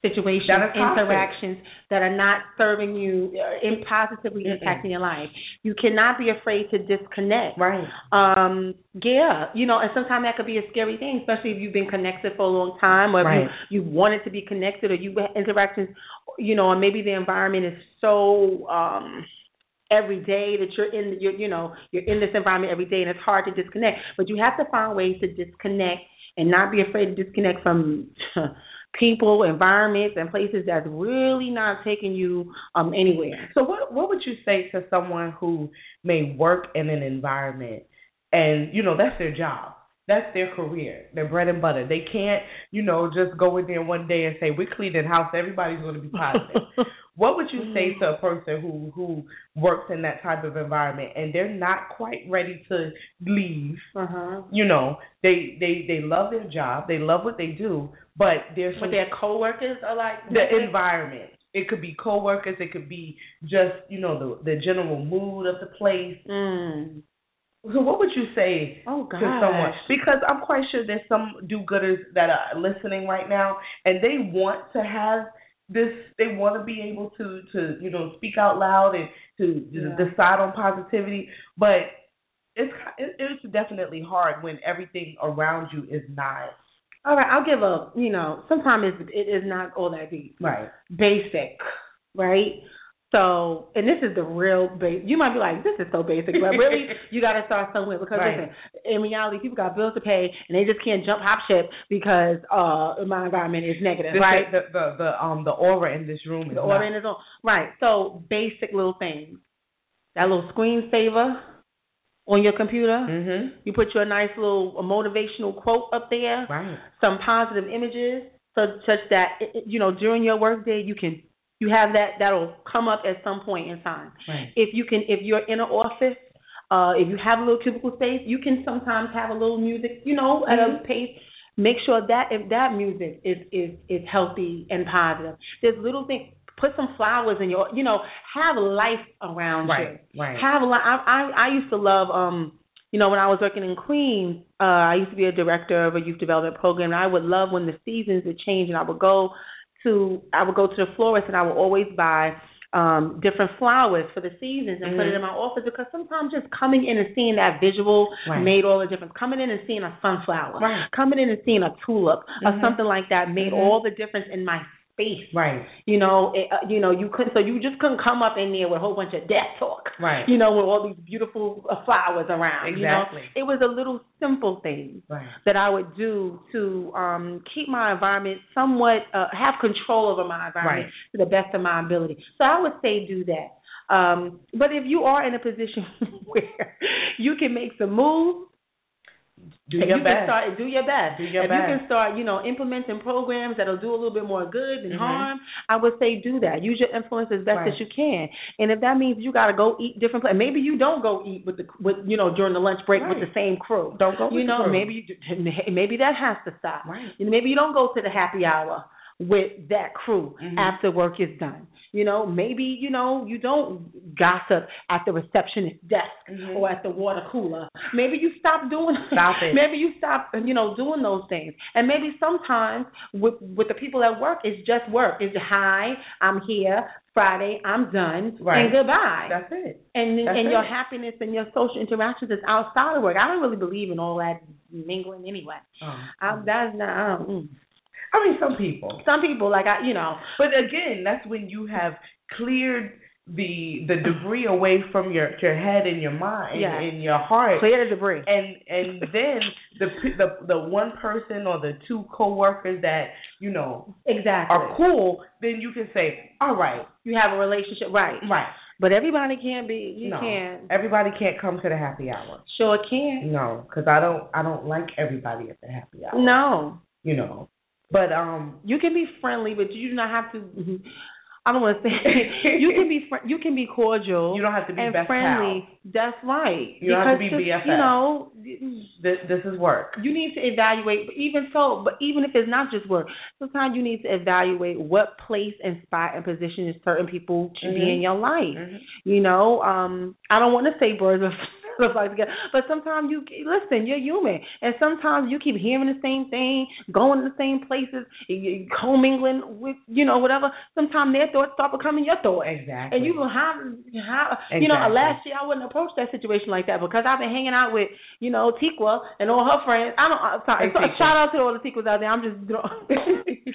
Speaker 4: situations,
Speaker 5: That are toxic.
Speaker 4: interactions that are not serving you, uh, in positively
Speaker 5: Mm-mm.
Speaker 4: impacting your life. You cannot be afraid to disconnect.
Speaker 5: Right.
Speaker 4: Um, yeah, you know, and sometimes that could be a scary thing, especially if you've been connected for a long time, or if
Speaker 5: Right.
Speaker 4: you, you wanted to be connected, or you had interactions, you know, and maybe the environment is so um every day that you're in, you're, you know, you're in this environment every day, and it's hard to disconnect. But you have to find ways to disconnect and not be afraid to disconnect from. (laughs) People, environments, and places that's really not taking you um anywhere.
Speaker 5: So what what would you say to someone who may work in an environment and you know that's their job, that's their career, their bread and butter. They can't you know just go in there one day and say we're cleaning house, everybody's going to be positive. what would you would say to a person who who works in that type of environment and they're not quite ready to leave.
Speaker 4: Uh-huh.
Speaker 5: You know, they they they love their job, they love what they do, but there's
Speaker 4: But their coworkers are like
Speaker 5: the environment. It could be coworkers, it could be just you know the the general mood of the place.
Speaker 4: Mm.
Speaker 5: So what would you say
Speaker 4: Oh God.
Speaker 5: to someone because I'm quite sure there's some do-gooders that are listening right now, and they want to have this. They want to be able to to you know speak out loud and to
Speaker 4: Yeah.
Speaker 5: decide on positivity, but it's it- it's definitely hard when everything around you is not
Speaker 4: All right, I'll give a you know, sometimes it's, it is not all that deep.
Speaker 5: right.
Speaker 4: Basic, right? So, and this is the real base. You might be like, this is so basic,
Speaker 5: (laughs)
Speaker 4: but really, you got to start somewhere because
Speaker 5: Right.
Speaker 4: listen, in reality, people got bills to pay and they just can't jump hop ship because uh my environment is negative,
Speaker 5: This-
Speaker 4: right?
Speaker 5: The, the the um the aura in this room is not-
Speaker 4: The order in its own. Right. So basic little things. That little screensaver on your computer.
Speaker 5: Mhm.
Speaker 4: You put your nice little motivational quote up there.
Speaker 5: Right.
Speaker 4: Some positive images, so such that it- it- you know during your workday you can you have that that'll come up at some point in time.
Speaker 5: Right. (laughs)
Speaker 4: If you can, if you're in an office. Uh, if you have a little cubicle space, you can sometimes have a little music, you know, at a pace make sure that if that music is is is healthy and positive. There's little things. Put some flowers in your, you know, have life around you.
Speaker 5: Right. Right.
Speaker 4: Have a lot. I, I I used to love um you know when I was working in Queens, uh I used to be a director of a youth development program. And I would love when the seasons would change and I would go to I would go to the florist and I would always buy um different flowers for the seasons and
Speaker 5: Mm-hmm.
Speaker 4: put it in my office because sometimes just coming in and seeing that visual
Speaker 5: Right.
Speaker 4: made all the difference. Coming in and seeing a sunflower,
Speaker 5: Right.
Speaker 4: coming in and seeing a tulip or
Speaker 5: Mhm.
Speaker 4: something like that made
Speaker 5: Mhm.
Speaker 4: all the difference in my space.
Speaker 5: Right.
Speaker 4: You know, it, uh, you know, you couldn't. So you just couldn't come up in there with a whole bunch of death talk.
Speaker 5: Right.
Speaker 4: You know, with all these beautiful uh, flowers around.
Speaker 5: Exactly.
Speaker 4: You know? It was a little simple thing
Speaker 5: Right.
Speaker 4: that I would do to um keep my environment somewhat uh, have control over my environment
Speaker 5: Right.
Speaker 4: to the best of my ability. So I would say do that. Um, but if you are in a position (laughs) where you can make some moves,
Speaker 5: Do
Speaker 4: if
Speaker 5: your
Speaker 4: you
Speaker 5: best.
Speaker 4: can start do your best.
Speaker 5: Do your
Speaker 4: if you
Speaker 5: best.
Speaker 4: can start, you know, implementing programs that'll do a little bit more good than
Speaker 5: Mhm.
Speaker 4: harm, I would say do that. Use your influence as best
Speaker 5: Right.
Speaker 4: as you can. And if that means you gotta go eat different places, maybe you don't go eat with the with you know during the lunch break
Speaker 5: Right.
Speaker 4: with the same crew.
Speaker 5: Don't go. with
Speaker 4: you
Speaker 5: the
Speaker 4: know,
Speaker 5: group.
Speaker 4: maybe you, (laughs) do- maybe that has to stop.
Speaker 5: Right.
Speaker 4: You know, Maybe you don't go to the happy hour with that crew
Speaker 5: Mhm.
Speaker 4: after work is done. You know, maybe you know you don't gossip at the receptionist desk
Speaker 5: Mhm.
Speaker 4: or at the water cooler. Maybe you stop doing. (laughs)
Speaker 5: Stop it.
Speaker 4: Maybe you stop, you know, doing those things. And maybe sometimes with with the people at work, it's just work. It's hi, I'm here. Friday, I'm done,
Speaker 5: Right.
Speaker 4: and goodbye.
Speaker 5: That's it.
Speaker 4: and
Speaker 5: that's
Speaker 4: and your
Speaker 5: it.
Speaker 4: happiness and your social interactions is outside of work. I don't really believe in all that mingling anyway.
Speaker 5: Um,
Speaker 4: I, that's not. I don't, mm.
Speaker 5: I mean, some people.
Speaker 4: Some people like I, you know,
Speaker 5: But again, that's when you have cleared the the debris away from your your head and your mind
Speaker 4: Yeah.
Speaker 5: and your heart,
Speaker 4: clear the debris.
Speaker 5: and (laughs) and then the p- the the one person or the two coworkers that you know
Speaker 4: Exactly.
Speaker 5: are cool, then you can say, all right,
Speaker 4: You have a relationship, right?
Speaker 5: right,
Speaker 4: But everybody can't be. You
Speaker 5: no,
Speaker 4: can't.
Speaker 5: everybody can't come to the happy hour.
Speaker 4: Sure can.
Speaker 5: No, because I don't I don't like everybody at the happy hour.
Speaker 4: No.
Speaker 5: You know, but um,
Speaker 4: you can be friendly, but you do not have
Speaker 5: Mm-hmm.
Speaker 4: to. I don't want to say (laughs) you can be fr- you can be cordial
Speaker 5: you don't have to be
Speaker 4: and
Speaker 5: best
Speaker 4: friendly.
Speaker 5: pal.
Speaker 4: That's right.
Speaker 5: You don't have to
Speaker 4: Because
Speaker 5: be
Speaker 4: just,
Speaker 5: BFF.
Speaker 4: You know,
Speaker 5: This this is work.
Speaker 4: you need to evaluate. But even so, but even if it's not just work, sometimes you need to evaluate what place and spot and position is certain people should be
Speaker 5: Mhm.
Speaker 4: in your life.
Speaker 5: Mhm.
Speaker 4: You know, um, I don't want to say birds of (laughs) of like together, but sometimes you listen. You're human, and sometimes you keep hearing the same thing, going to the same places, you- you commingling with you know whatever. Sometimes their thoughts start becoming your thoughts.
Speaker 5: Exactly.
Speaker 4: And you will how how you know
Speaker 5: Exactly.
Speaker 4: last year I wouldn't approach that situation like that because I've been hanging out with you know Tiqua and all her friends. I don't I'm sorry.
Speaker 5: Hey,
Speaker 4: so-
Speaker 5: Tiqua.
Speaker 4: shout out to all the Tiquas out there. I'm just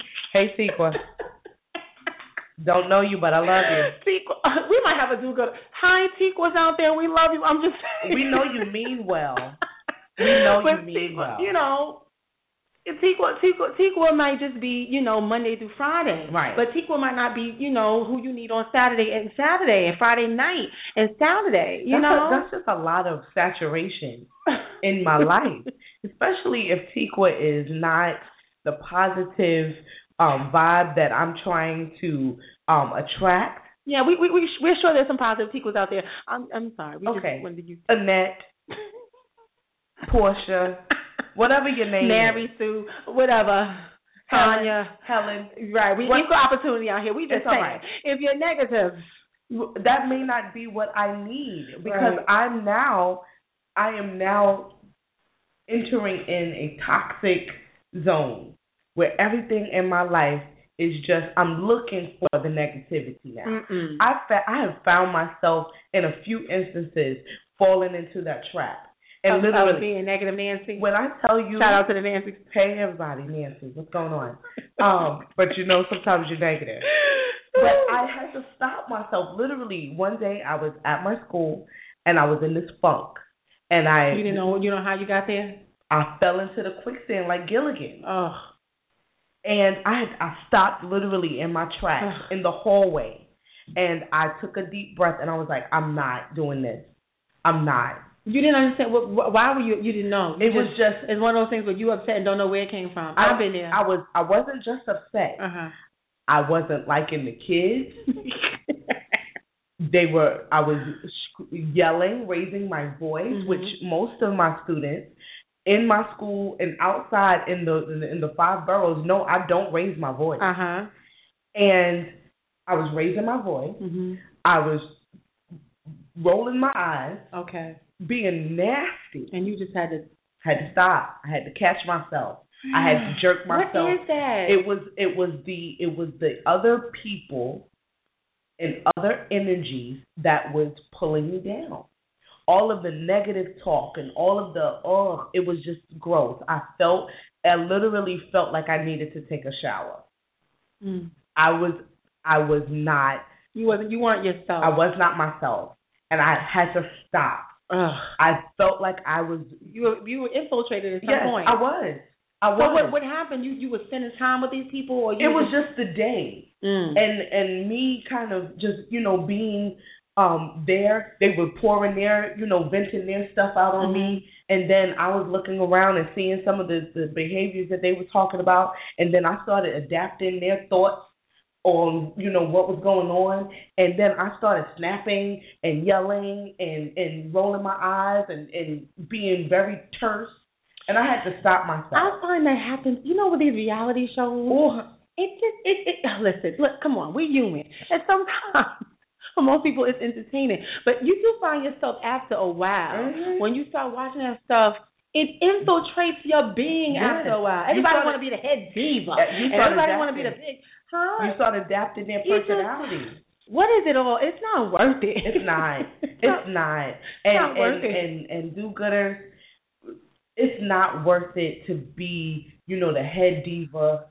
Speaker 4: (laughs)
Speaker 5: Hey, Sequa. Don't know you, but I
Speaker 4: (laughs)
Speaker 5: love
Speaker 4: Tiqua. We might have a do good. Hi Tiqua's out there. We love you. I'm just
Speaker 5: you. We know you mean well.
Speaker 4: (laughs)
Speaker 5: We know
Speaker 4: But
Speaker 5: you mean
Speaker 4: Tiqua,
Speaker 5: well.
Speaker 4: You know. Tiqua, Tiqua, Tiqua might just be, you know, Monday through Friday.
Speaker 5: Right.
Speaker 4: But Tiqua might not be, you know, who you need on Saturday and Saturday and Friday night and Saturday. You
Speaker 5: That's a-
Speaker 4: know,
Speaker 5: that's just a lot of saturation in my life, (laughs) especially if Tikwa is not the positive um, vibe that I'm trying to um, attract.
Speaker 4: (laughs) Yeah, we we, we sh- we're sure there's some positive sequels out there. I'm I'm sorry. We
Speaker 5: Okay.
Speaker 4: just wanted you
Speaker 5: Annette,
Speaker 4: (laughs)
Speaker 5: Portia, whatever
Speaker 4: (laughs)
Speaker 5: your name is.
Speaker 4: Mary Sue, whatever. Tanya.
Speaker 5: Helen.
Speaker 4: Right. We
Speaker 5: What-
Speaker 4: equal opportunity out here. We just
Speaker 5: It's alright.
Speaker 4: If you're negative,
Speaker 5: That may not be what I need because I'm now, I am now entering in a toxic zone where everything in my life is just I'm looking for the negativity now.
Speaker 4: Mm-mm.
Speaker 5: I fa- I have found myself in a few instances falling into that trap. And
Speaker 4: of,
Speaker 5: literally,
Speaker 4: of being negative Nancy.
Speaker 5: when I tell you,
Speaker 4: Shout out to the Nancy.
Speaker 5: hey everybody, Nancy, what's going on? um, but you know, sometimes you're negative. But I had to stop myself. Literally, one day I was at my school and I was in this funk, and I
Speaker 4: you didn't know you know how you got there?
Speaker 5: I fell into the quicksand like Gilligan.
Speaker 4: Oh.
Speaker 5: And I I stopped literally in my tracks in the hallway, and I took a deep breath and I was like, I'm not doing this. I'm not.
Speaker 4: You didn't understand what wh- why were you you didn't know. You
Speaker 5: It was just
Speaker 4: it's one of those things where you upset and don't know where it came from.
Speaker 5: I-
Speaker 4: have been there.
Speaker 5: I was I wasn't just upset.
Speaker 4: uh-huh.
Speaker 5: I wasn't liking the kids. they were I was sc- yelling, raising my voice,
Speaker 4: Mhm.
Speaker 5: which most of my students in my school and outside in the in the, in the five boroughs no, I don't raise my voice.
Speaker 4: Uh-huh.
Speaker 5: and I was raising my voice.
Speaker 4: hmm
Speaker 5: I was rolling my eyes,
Speaker 4: Okay.
Speaker 5: being nasty.
Speaker 4: And you just had to
Speaker 5: I had to stop. I had to catch myself. I had to jerk myself.
Speaker 4: What is that?
Speaker 5: it was it was the it was the other people and other energies that was pulling me down. All of the negative talk and all of the oh, it was just gross. I felt I literally felt like I needed to take a shower.
Speaker 4: Mm.
Speaker 5: I was I was not
Speaker 4: You wasn't you weren't yourself.
Speaker 5: I was not myself, and I had to stop.
Speaker 4: Ugh.
Speaker 5: I felt like I was
Speaker 4: You were you were infiltrated at some
Speaker 5: yes,
Speaker 4: point.
Speaker 5: I was. I was.
Speaker 4: But what what happened? You you were spending time with these people or you
Speaker 5: it was just the day.
Speaker 4: Mm.
Speaker 5: and and me kind of just you know being um there they were pouring their you know venting their stuff out on me and then i was looking around and seeing some of the the behaviors that they were talking about and then i started adapting their thoughts on you know what was going on and then i started snapping and yelling and and rolling my eyes and and being very terse and i had to stop myself
Speaker 4: I find that happens. You know, with these reality shows, it just it, it. Listen, look, come on, we're human, and sometimes (laughs) for most people it's entertaining, but you do find yourself after a while
Speaker 5: Mhm.
Speaker 4: when you start watching that stuff. It infiltrates your being
Speaker 5: Yes.
Speaker 4: after a while.
Speaker 5: You
Speaker 4: Everybody
Speaker 5: started-
Speaker 4: want to be the head diva.
Speaker 5: Yeah, you
Speaker 4: and
Speaker 5: started
Speaker 4: everybody want to be the
Speaker 5: adapting.
Speaker 4: big.
Speaker 5: you
Speaker 4: Huh?
Speaker 5: start adapting their
Speaker 4: You just-
Speaker 5: personalities
Speaker 4: What is it all? It's not worth it.
Speaker 5: It's
Speaker 4: (laughs)
Speaker 5: not.
Speaker 4: It's
Speaker 5: It's not. And
Speaker 4: not worth
Speaker 5: and,
Speaker 4: it.
Speaker 5: and and do gooders. It's not worth it to be, you know, the head diva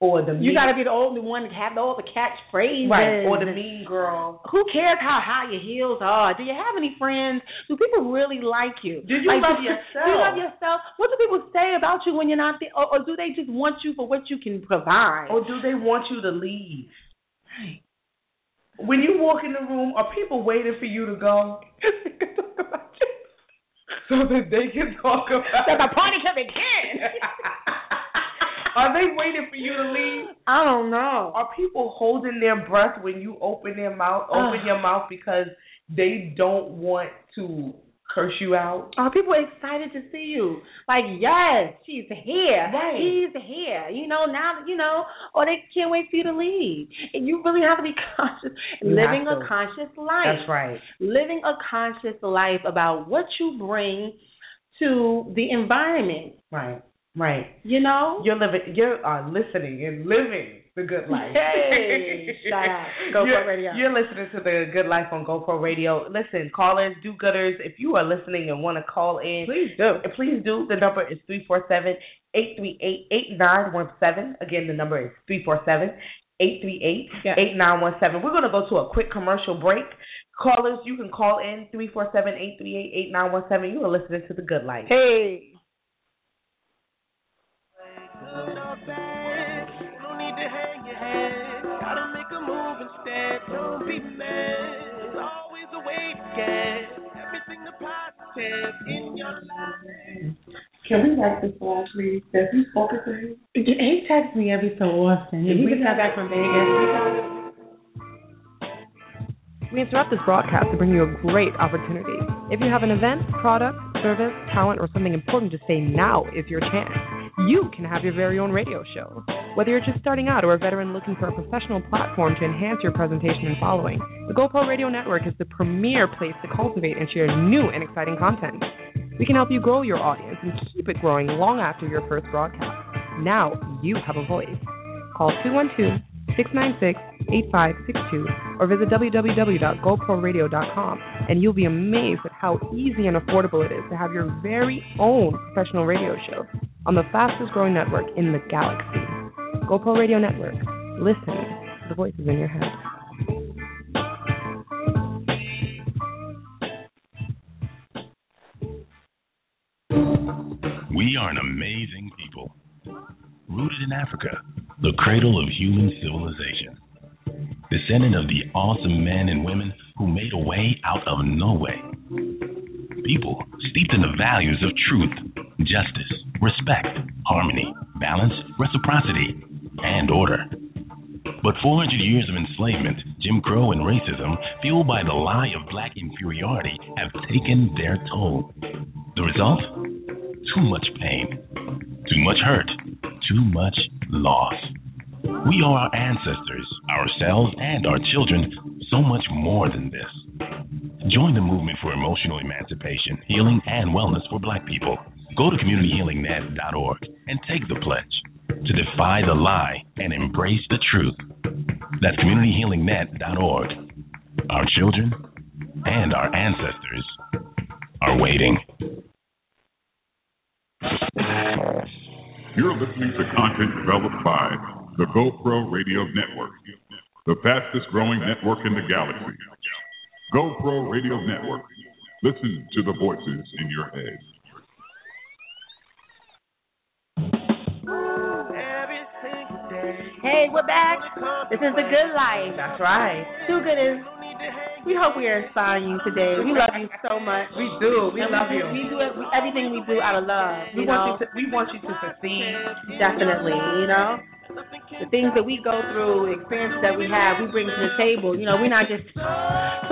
Speaker 5: or the
Speaker 4: you
Speaker 5: mean,
Speaker 4: got to be the only one to have all the catchphrases.
Speaker 5: right or the mean girl.
Speaker 4: who cares how high your heels are? Do you have any friends? Do people really like you?
Speaker 5: Do you
Speaker 4: like,
Speaker 5: love
Speaker 4: do,
Speaker 5: yourself?
Speaker 4: Do you love yourself? What do people say about you when you're not there? Or, or do they just want you for what you can provide?
Speaker 5: Or do they want you to leave? When you walk in the room, are people waiting for you to
Speaker 4: (laughs)
Speaker 5: go
Speaker 4: Talk about you.
Speaker 5: so that they can talk
Speaker 4: So the
Speaker 5: about?
Speaker 4: party can begin.
Speaker 5: (laughs) are they waiting for you to leave?
Speaker 4: I don't know.
Speaker 5: are people holding their breath when you open their mouth open
Speaker 4: Ugh.
Speaker 5: your mouth because they don't want to curse you out
Speaker 4: Are people excited to see you? Like, yes, she's here.
Speaker 5: Right.
Speaker 4: He's here. You know, now, you know, or they can't wait for you to leave. And you really have to be conscious,
Speaker 5: You have
Speaker 4: living
Speaker 5: to.
Speaker 4: a conscious life.
Speaker 5: right
Speaker 4: living a conscious life about what you bring to the environment.
Speaker 5: right right
Speaker 4: You know,
Speaker 5: you're living you're uh, listening and living the good life
Speaker 4: Hey, (laughs) shout out. Go
Speaker 5: you're,
Speaker 4: Pro Radio.
Speaker 5: you're listening to the good life on GoPro Radio listen callers do gooders if you are listening and want to call in
Speaker 4: please do.
Speaker 5: And please do. The number is 347 838 8917. Again, the number is 347 838 8917. We're going to go to a quick commercial break. Callers, you can call in 347 838 8917. You are listening to The Good Life.
Speaker 4: Hey,
Speaker 3: Good or bad, you don't need to hang your head. Gotta make a move instead. Don't be mad. There's always a way to get everything the positive in your life.
Speaker 5: Can we write this song, please? Does he focus on him?
Speaker 4: he texts me every so often.
Speaker 5: If
Speaker 4: If
Speaker 5: we
Speaker 4: we just
Speaker 5: got-
Speaker 4: got back from Vegas.
Speaker 2: We interrupt this broadcast to bring you a great opportunity. If you have an event, product, service, talent, or something important to say, now is your chance. You can have your very own radio show. Whether you're just starting out or a veteran looking for a professional platform to enhance your presentation and following, the GoPro Radio Network is the premier place to cultivate and share new and exciting content. We can help you grow your audience and keep it growing long after your first broadcast. Now you have a voice. Call 212 696 8562 or visit www.goproradio.com and you'll be amazed at how easy and affordable it is to have your very own professional radio show on the fastest growing network in the galaxy. GoPro Radio Network. Listen to the voices in your head.
Speaker 7: We are an amazing people. Rooted in Africa, the cradle of human civilization. Descendant of the awesome men and women who made a way out of no way. People steeped in the values of truth, justice, respect, harmony, balance, reciprocity, and order. But 400 years of enslavement, Jim Crow, and racism, fueled by the lie of black inferiority, have taken their toll. The result? Too much pain, too much hurt, too much loss. We owe our ancestors, ourselves, and our children so much more than this. Join the movement for emotional emancipation, healing, and wellness for black people. Go to communityhealingnet.org and take the pledge to defy the lie and embrace the truth. That's communityhealingnet.org. Our children and our ancestors are waiting.
Speaker 8: You're listening to content developed by the GoPro Radio Network, the fastest growing network in the galaxy. GoPro Radio Network. Listen to the voices in your head.
Speaker 3: Every single day.
Speaker 4: Hey, we're back. This is the good life.
Speaker 5: That's right.
Speaker 4: Too good is. We hope we are inspiring you today. We love you so much.
Speaker 5: We do. We
Speaker 4: And
Speaker 5: love you.
Speaker 4: We do it, we, everything we do out of love.
Speaker 5: We
Speaker 4: you
Speaker 5: want
Speaker 4: know?
Speaker 5: you to. We want you to succeed.
Speaker 4: Definitely, you know. The things that we go through, the experiences that we have, we bring to the table. You know, we're not just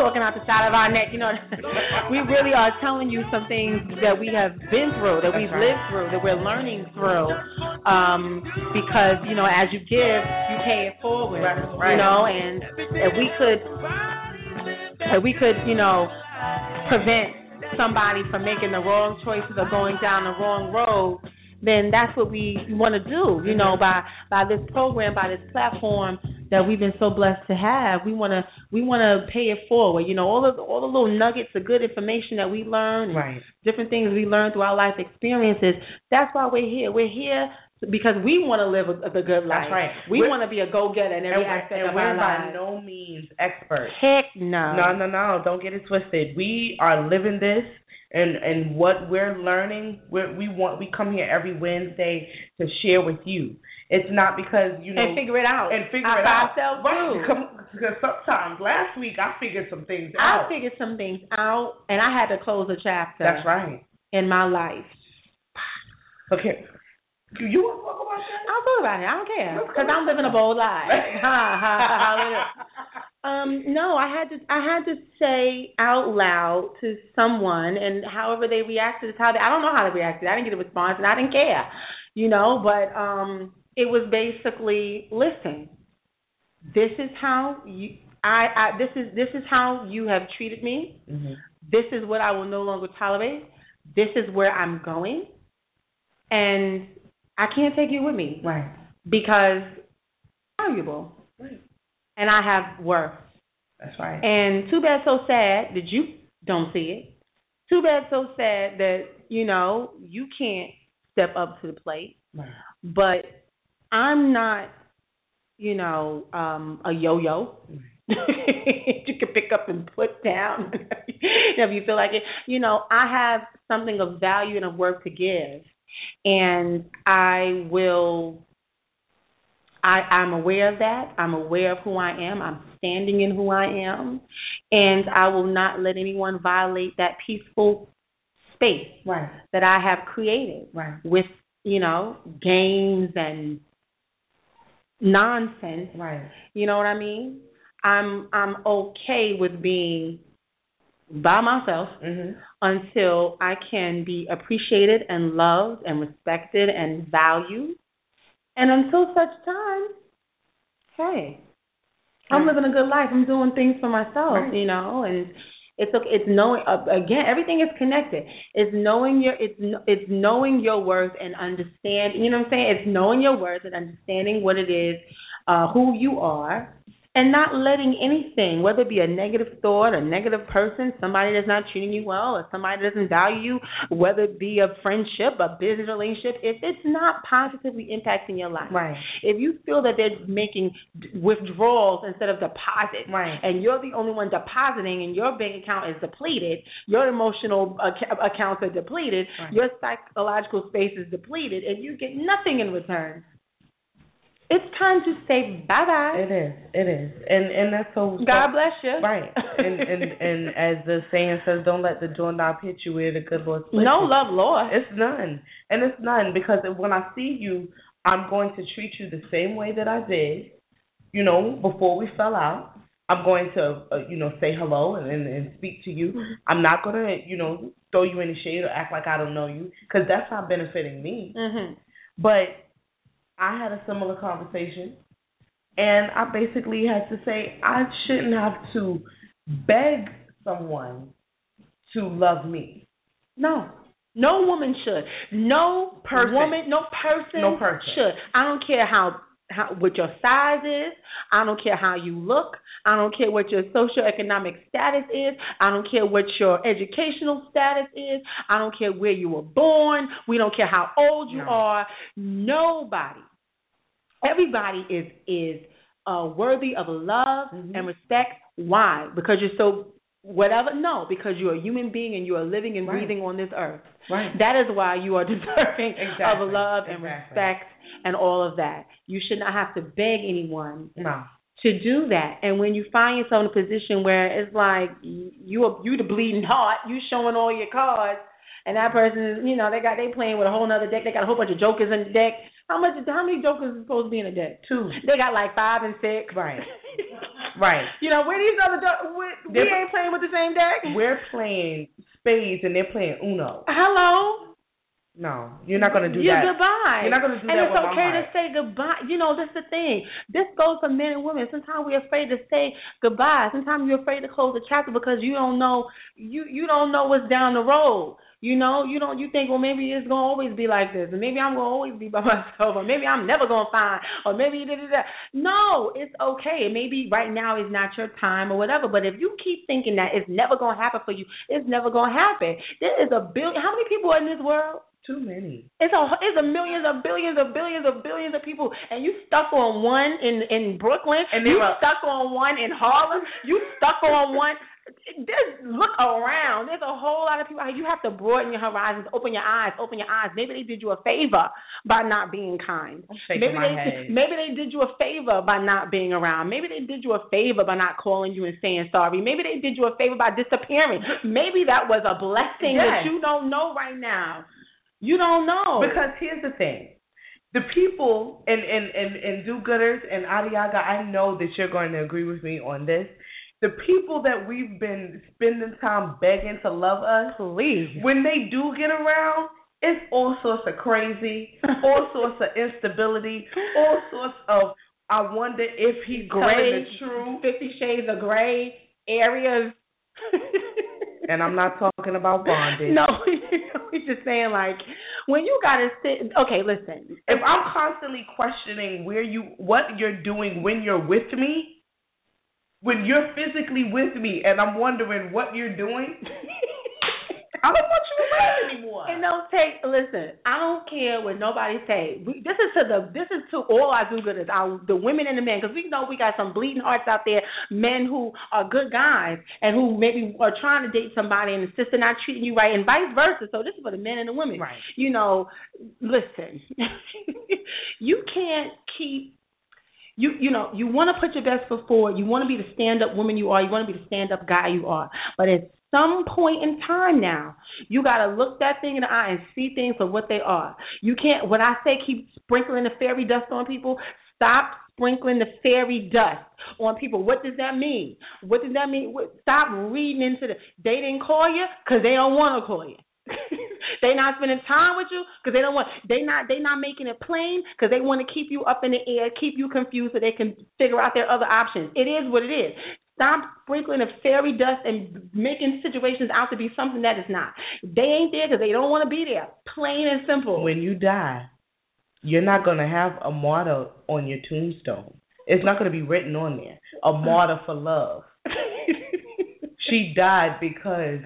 Speaker 4: talking out the side of our neck. You know, (laughs) we really are telling you some things that we have been through, that we've
Speaker 5: That's right.
Speaker 4: lived through, that we're learning through. Um, because you know, as you give, you pay it forward.
Speaker 5: right.
Speaker 4: You know, and if we could, if we could, you know, prevent somebody from making the wrong choices or going down the wrong road, then that's what we want to do. You know, by
Speaker 5: Mm-hmm.
Speaker 4: by this program, by this platform that we've been so blessed to have, we want to we want to pay it forward. You know, all of all the little nuggets of good information that we learn, and
Speaker 5: Right.
Speaker 4: different things we learn through our life experiences. That's why we're here. We're here because we want to live a, the good
Speaker 5: That's
Speaker 4: life.
Speaker 5: right.
Speaker 4: We
Speaker 5: We're-
Speaker 4: want to be a go getter in
Speaker 5: and,
Speaker 4: every aspect
Speaker 5: and
Speaker 4: of
Speaker 5: we're
Speaker 4: our
Speaker 5: by
Speaker 4: lives.
Speaker 5: no means experts.
Speaker 4: Heck no.
Speaker 5: No, no, no. Don't get it twisted. We are living this and and what we're learning, we we want we come here every Wednesday to share with you. It's not because you know
Speaker 4: and figure it out.
Speaker 5: and figure
Speaker 4: I,
Speaker 5: it
Speaker 4: by
Speaker 5: out.
Speaker 4: Ourselves
Speaker 5: Right,
Speaker 4: too.
Speaker 5: come- Because sometimes last week I figured some things
Speaker 4: I
Speaker 5: out.
Speaker 4: figured some things out, and I had to close a chapter.
Speaker 5: That's right.
Speaker 4: In my life,
Speaker 5: Okay. You- You want to talk about that?
Speaker 4: (laughs) I'll go about it. I don't care because I'm living a bold life. (laughs) Ha, ha, hallelujah. (laughs) Um, no, I had to I had to say out loud to someone and however they reacted is how they I don't know how they reacted. I didn't get a response and I didn't care. You know, but um it was basically listen, this is how you I, I this is this is how you have treated me.
Speaker 5: Mm-hmm.
Speaker 4: This is what I will no longer tolerate. This is where I'm going. And I can't take you with me
Speaker 5: Right.
Speaker 4: because I'm valuable
Speaker 5: Right.
Speaker 4: and I have worth.
Speaker 5: That's right.
Speaker 4: And too bad so sad that you don't see it. Too bad so sad that, you know, you can't step up to the plate.
Speaker 5: Right.
Speaker 4: But I'm not, you know, um a yo yo. (laughs) you can pick up and put down (laughs) if you feel like it. You know, I have something of value and of worth to give. And I will I, I'm aware of that. I'm aware of who I am. I'm standing in who I am. And I will not let anyone violate that peaceful space
Speaker 5: Right.
Speaker 4: that I have created
Speaker 5: Right.
Speaker 4: with, you know, games and nonsense.
Speaker 5: Right.
Speaker 4: You know what I mean? I'm I'm okay with being by myself until I can be appreciated and loved and respected and valued. And until such time, hey, I'm living a good life. I'm doing things for myself,
Speaker 5: Right.
Speaker 4: you know, and it's okay. It's knowing uh, again, everything is connected. It's knowing your it's kn- it's knowing your worth and understand. You know what I'm saying? It's knowing your worth and understanding what it is, uh, who you are, and not letting anything, whether it be a negative thought, a negative person, somebody that's not treating you well, or somebody that doesn't value you, whether it be a friendship, a business relationship, if it's not positively impacting your life,
Speaker 5: Right.
Speaker 4: if you feel that they're making d- withdrawals instead of deposits,
Speaker 5: Right.
Speaker 4: and you're the only one depositing and your bank account is depleted, your emotional ac- accounts are depleted,
Speaker 5: Right.
Speaker 4: your psychological space is depleted, and you get nothing in return, it's time to say bye bye.
Speaker 5: It is. It is. And and that's so
Speaker 4: God bless you.
Speaker 5: Right. And and
Speaker 4: (laughs)
Speaker 5: and as the saying says, don't let the doorknob hit you where the good Lord slips
Speaker 4: no
Speaker 5: you.
Speaker 4: love lost.
Speaker 5: It's none. And it's none because when I see you, I'm going to treat you the same way that I did, you know, before we fell out. I'm going to, uh, you know, say hello and, and, and speak to you. I'm not going to, you know, throw you in the shade or act like I don't know you because that's not benefiting me.
Speaker 4: hmm
Speaker 5: But I had a similar conversation, and I basically had to say I shouldn't have to beg someone to love me.
Speaker 4: No. No woman should. No
Speaker 5: Person.
Speaker 4: woman, no person,
Speaker 5: No person.
Speaker 4: should. I don't care how how what your size is. I don't care how you look. I don't care what your socioeconomic status is. I don't care what your educational status is. I don't care where you were born. We don't care how old you
Speaker 5: No.
Speaker 4: are. Nobody. Everybody is is uh, worthy of love
Speaker 5: Mhm.
Speaker 4: and respect. Why? Because you're so whatever. No, because you're a human being and you are living and
Speaker 5: Right.
Speaker 4: breathing on this earth.
Speaker 5: Right.
Speaker 4: That is why you are (laughs) deserving
Speaker 5: Exactly,
Speaker 4: of love and
Speaker 5: exactly.
Speaker 4: respect and all of that. You should not have to beg anyone
Speaker 5: No.
Speaker 4: to do that. And when you find yourself in a position where it's like y- you a- you the bleeding heart, you showing all your cards, and that person, you know, they got they playing with a whole nother deck. They got a whole bunch of jokers in the deck. How much? How many jokers is supposed to be in a deck?
Speaker 5: Two.
Speaker 4: They got like five and six. (laughs)
Speaker 5: Right. Right.
Speaker 4: You know, where these other do- we, we
Speaker 5: They're-
Speaker 4: ain't playing with the same deck.
Speaker 5: We're playing spades and they're playing Uno.
Speaker 4: Hello.
Speaker 5: No, you're not gonna do
Speaker 4: yeah,
Speaker 5: that.
Speaker 4: goodbye.
Speaker 5: You're not gonna do
Speaker 4: and
Speaker 5: that
Speaker 4: it's
Speaker 5: with my
Speaker 4: okay to
Speaker 5: heart.
Speaker 4: say goodbye. You know, that's the thing. This goes for men and women. Sometimes we're afraid to say goodbye. Sometimes you're afraid to close the chapter because you don't know you you don't know what's down the road. You know, you don't you think, well maybe it's gonna always be like this, and maybe I'm gonna always be by (laughs) myself, or maybe I'm never gonna find, or maybe da da da. No, it's okay. Maybe right now is not your time or whatever. But if you keep thinking that it's never gonna happen for you, it's never gonna happen. There is a bill how many people are in this world?
Speaker 5: Too many.
Speaker 4: It's a it's a millions of billions of billions of billions of people, and you stuck on one in in Brooklyn,
Speaker 5: And they
Speaker 4: you
Speaker 5: were-
Speaker 4: stuck on one in Harlem, you stuck on one. Just look around. There's a whole lot of people. out here. You have to broaden your horizons, open your eyes, open your eyes. Maybe they did you a favor by not being kind.
Speaker 5: I'm shaking
Speaker 4: Maybe
Speaker 5: my
Speaker 4: they
Speaker 5: head.
Speaker 4: maybe they did you a favor by not being around. Maybe they did you a favor by not calling you and saying sorry. Maybe they did you a favor by disappearing. Maybe that was a blessing
Speaker 5: Yes.
Speaker 4: that you don't know right now. You don't know.
Speaker 5: Because here's the thing. The people and, and, and, and do gooders and Adiaga, I know that you're going to agree with me on this. The people that we've been spending time begging to love us,
Speaker 4: please.
Speaker 5: when they do get around, it's all sorts of crazy, all sorts of instability, all sorts of I wonder if he telling the
Speaker 4: Gray.
Speaker 5: truth.
Speaker 4: Fifty Shades of Grey areas.
Speaker 5: And I'm not talking about (laughs) bondage.
Speaker 4: No, (laughs) we just saying like when you gotta sit. Okay, listen.
Speaker 5: If I'm constantly questioning where you what you're doing when you're with me, when you're physically with me and I'm wondering what you're doing, (laughs) I don't want you around anymore.
Speaker 4: And don't take. Listen, I don't care what nobody say. We, this is to the. This is to all our do-gooders, our the women and the men, because we know we got some bleeding hearts out there, men who are good guys and who maybe are trying to date somebody and the sister not treating you right, and vice versa. So this is for the men and the women.
Speaker 5: Right.
Speaker 4: You know, listen, (laughs) you can't keep you you know you want to put your best foot forward. You want to be the stand up woman you are. You want to be the stand up guy you are. But at some point in time now, you got to look that thing in the eye and see things for what they are. You can't. When I say keep sprinkling the fairy dust on people, stop sprinkling the fairy dust on people. What does that mean? What does that mean? What, stop reading into the. They didn't call you because they don't want to call you. (laughs) they not spending time with you because they don't want. They not. They not making it plain because they want to keep you up in the air, keep you confused, so they can figure out their other options. It is what it is. Stop sprinkling of fairy dust and making situations out to be something that is not. They ain't there because they don't want to be there. Plain and simple. (laughs)
Speaker 5: When you die, you're not going to have a martyr on your tombstone. It's not going to be written on there. A martyr for love. she died because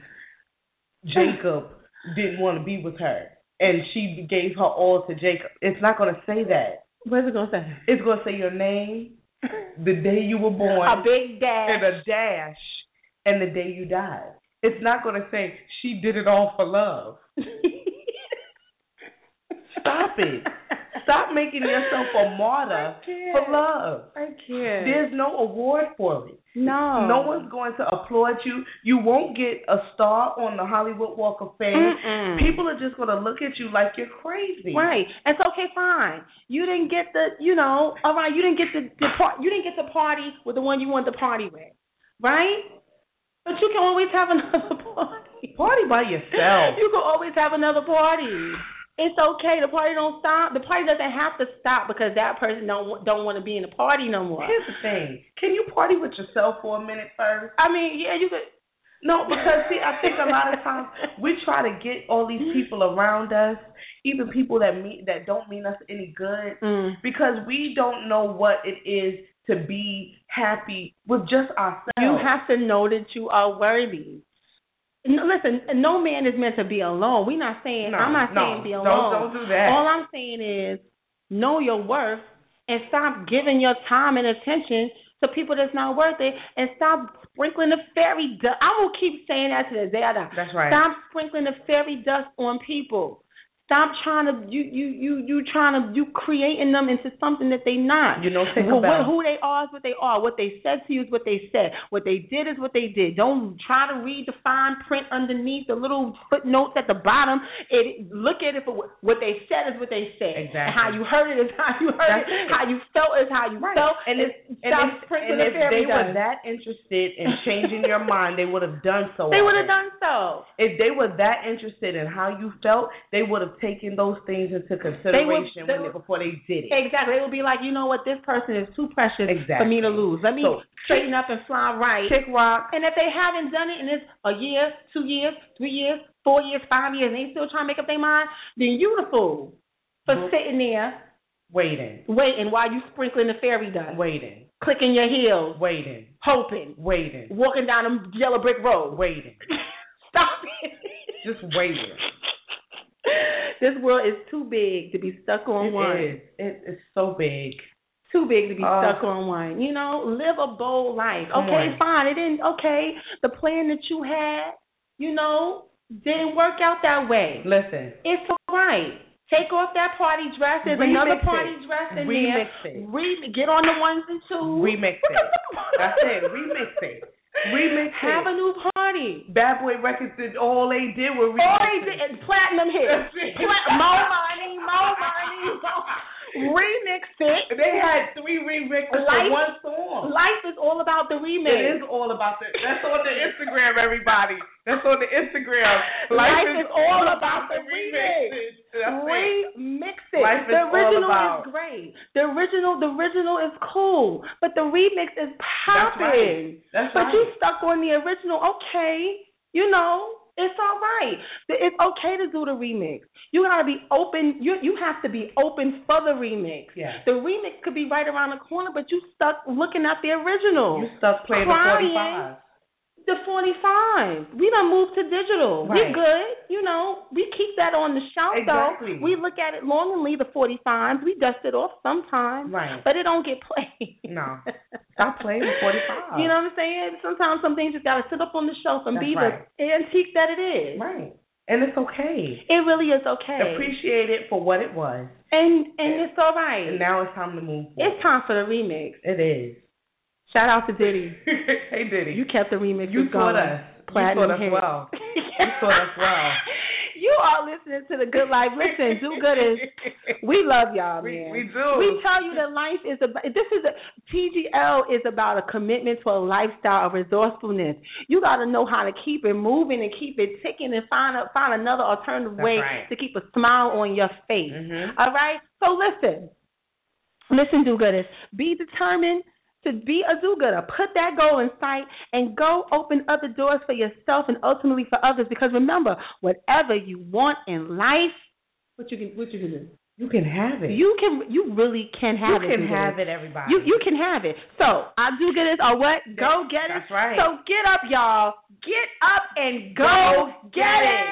Speaker 5: Jacob didn't want to be with her, and she gave her all to Jacob. It's not going to say that.
Speaker 4: What's it gonna say?
Speaker 5: It's going to say your name, the day you were born,
Speaker 4: A
Speaker 5: and
Speaker 4: big dash.
Speaker 5: a dash, and the day you died. It's not going to say she did it all for love.
Speaker 4: (laughs)
Speaker 5: Stop it. Stop making yourself a martyr
Speaker 4: I can't. (laughs)
Speaker 5: for love.
Speaker 4: I can't.
Speaker 5: There's no award for it.
Speaker 4: no.
Speaker 5: No one's going to applaud you. You won't get a star on the Hollywood Walk of Fame.
Speaker 4: Mm-mm.
Speaker 5: People are just going to look at you like you're crazy.
Speaker 4: Right. It's okay, fine. You didn't get the, you know, all right. You didn't get the, the par- you didn't get to party with the one you want to party with, right? But you can always have (laughs) another party.
Speaker 5: Party by yourself.
Speaker 4: (laughs) You can always have another party. It's okay. The party don't stop. The party doesn't have to stop because that person don't don't want to be in the party no
Speaker 5: (laughs)
Speaker 4: more.
Speaker 5: Here's the thing. Can you party with yourself for a minute first?
Speaker 4: I mean, yeah, you could.
Speaker 5: No, (laughs) because see, I think a lot of times we try to get all these people around us, even people that mean that don't mean us any good,
Speaker 4: Mm.
Speaker 5: because we don't know what it is to be happy with just ourselves.
Speaker 4: You have to know that you are worthy. No, listen, no man is meant to be alone. We're not saying
Speaker 5: No,
Speaker 4: I'm not
Speaker 5: no,
Speaker 4: saying be
Speaker 5: don't- don't
Speaker 4: alone.
Speaker 5: do that.
Speaker 4: All I'm saying is know your worth and stop giving your time and attention to people that's not worth it, and stop sprinkling the fairy dust. I will keep saying that to the day I die.
Speaker 5: That's right.
Speaker 4: Stop sprinkling the fairy dust on people. Stop trying to you you you you trying to you creating them into something that they not.
Speaker 5: You know, think
Speaker 4: Wh- wh-
Speaker 5: about-
Speaker 4: who they are is what they are. What they said to you is what they said. What they did is what they did. Don't try to read the fine print underneath the little footnotes at the bottom. It look at it for wh- what they said is what they said. And
Speaker 5: Exactly.
Speaker 4: How you heard it is how you
Speaker 5: That's
Speaker 4: heard it.
Speaker 5: it.
Speaker 4: How you felt is how you
Speaker 5: Right.
Speaker 4: felt.
Speaker 5: and if, and
Speaker 4: stop
Speaker 5: if,
Speaker 4: sprinkling
Speaker 5: and
Speaker 4: the
Speaker 5: if
Speaker 4: fairy
Speaker 5: they were
Speaker 4: dust.
Speaker 5: that interested in changing your mind, they would have done so.
Speaker 4: They would
Speaker 5: already.
Speaker 4: have done so.
Speaker 5: If they were that interested in how you felt, they would have taken those things into consideration
Speaker 4: they
Speaker 5: when
Speaker 4: would-
Speaker 5: they- before they did it.
Speaker 4: Exactly. They would be like, you know what, this person is too precious for me
Speaker 5: Exactly.
Speaker 4: to lose. Let me
Speaker 5: So,
Speaker 4: straighten up and fly right.
Speaker 5: Kick rock.
Speaker 4: And if they haven't done it in this a year, two years, three years, four years, five years, and they still trying to make up their mind, then you the fool for
Speaker 5: Mhm.
Speaker 4: sitting there
Speaker 5: Waiting,
Speaker 4: waiting while you sprinkling the fairy dust,
Speaker 5: waiting,
Speaker 4: clicking your heels,
Speaker 5: waiting,
Speaker 4: hoping,
Speaker 5: waiting,
Speaker 4: walking down a yellow brick road.
Speaker 5: waiting,
Speaker 4: (laughs) Stop it.
Speaker 5: just waiting.
Speaker 4: this world is too big to be stuck on one.
Speaker 5: It is. It is so big.
Speaker 4: too big to be
Speaker 5: Oh.
Speaker 4: stuck on one. You know, live a bold life.
Speaker 5: Come
Speaker 4: Okay,
Speaker 5: on.
Speaker 4: fine. It didn't. Okay, the plan that you had, you know, didn't work out that way.
Speaker 5: Listen,
Speaker 4: It's all right. Take off that party dress. There's
Speaker 5: Remix
Speaker 4: another
Speaker 5: it.
Speaker 4: party dress in
Speaker 5: Remix
Speaker 4: there.
Speaker 5: it.
Speaker 4: Re- get on the ones and twos.
Speaker 5: remix it.
Speaker 4: (laughs)
Speaker 5: That's it. Remix it. Remix
Speaker 4: Have a
Speaker 5: it.
Speaker 4: new party.
Speaker 5: Bad Boy Records did all they did was remix
Speaker 4: Or they
Speaker 5: it.
Speaker 4: did and platinum hits.
Speaker 5: That's it.
Speaker 4: Pla- more money, more money.
Speaker 5: (laughs)
Speaker 4: more- Remix it.
Speaker 5: They had three remixes for
Speaker 4: Life-
Speaker 5: one song.
Speaker 4: Life is all about the remix.
Speaker 5: It is all about the. That's on the Instagram, everybody. That's on the Instagram.
Speaker 4: Life is all about the
Speaker 5: remixes. That's it.
Speaker 4: remix it.
Speaker 5: Life is
Speaker 4: the
Speaker 5: all
Speaker 4: original
Speaker 5: about-
Speaker 4: is great. The original, the original is cool, but the remix is
Speaker 5: That's
Speaker 4: popping.
Speaker 5: right. That's
Speaker 4: but
Speaker 5: right.
Speaker 4: you stuck on the original. Okay, you know it's all right. It's okay to do the remix. You gotta be open. You you have to be open for the remix.
Speaker 5: Yeah.
Speaker 4: The remix could be right around the corner, but you stuck looking at the original.
Speaker 5: You stuck playing the
Speaker 4: Crying.
Speaker 5: 45.
Speaker 4: The 45. We done moved to digital. We
Speaker 5: Right.
Speaker 4: good. You know, we keep that on the shelf,
Speaker 5: Exactly.
Speaker 4: though. We look at it longingly, the 45s. We dust it off sometimes,
Speaker 5: Right.
Speaker 4: but it don't get played.
Speaker 5: (laughs) No. Stop playing the 45.
Speaker 4: You know what I'm saying? Sometimes some things just got to sit up on the shelf and
Speaker 5: That's
Speaker 4: be
Speaker 5: right.
Speaker 4: the antique that it is.
Speaker 5: Right. And it's okay.
Speaker 4: It really is okay.
Speaker 5: Appreciate it for what it was.
Speaker 4: and and it's all right.
Speaker 5: And now it's time to move forward.
Speaker 4: it's time for the remix.
Speaker 5: It
Speaker 4: (laughs)
Speaker 5: is.
Speaker 4: Shout out to Diddy.
Speaker 5: hey, Diddy.
Speaker 4: You kept the remix
Speaker 5: You
Speaker 4: going.
Speaker 5: taught us. You (laughs)
Speaker 4: Platinum
Speaker 5: taught us
Speaker 4: hit.
Speaker 5: well. You taught us well.
Speaker 4: you are listening to the Good Life, listen, do gooders. (laughs) We love y'all,
Speaker 5: We,
Speaker 4: man.
Speaker 5: we do.
Speaker 4: We tell you that life is about this is a, PGL is about a commitment to a lifestyle of resourcefulness. You got to know how to keep it moving and keep it ticking and find a, find another alternative
Speaker 5: That's
Speaker 4: way
Speaker 5: right.
Speaker 4: to keep a smile on your face.
Speaker 5: Mhm.
Speaker 4: All right? So listen. Listen, do gooders. Be determined to be a do gooder. Put that goal in sight and go open other doors for yourself and ultimately for others. Because remember, whatever you want in life, what you can what you can do.
Speaker 5: You can have it.
Speaker 4: You can you really can have
Speaker 5: you
Speaker 4: it.
Speaker 5: can
Speaker 4: do-gooders.
Speaker 5: have it, everybody.
Speaker 4: You you can have it. So I do get it or what? Go get it.
Speaker 5: That's right.
Speaker 4: So get up, y'all. Get up and go,
Speaker 5: Go
Speaker 4: get,
Speaker 5: get
Speaker 4: it.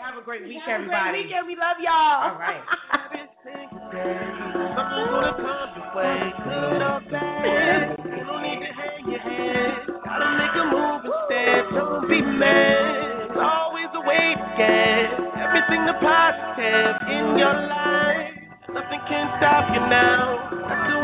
Speaker 5: Have a great week,
Speaker 4: Have a great
Speaker 5: everybody.
Speaker 4: weekend. We love y'all.
Speaker 5: All right.
Speaker 4: (laughs)
Speaker 3: Every single day, something's gonna come your way, good or bad. You don't need to hang your head. Gotta make a move instead. Don't be mad. There's always a way to get everything the positive in your life. Nothing can stop you now. That's the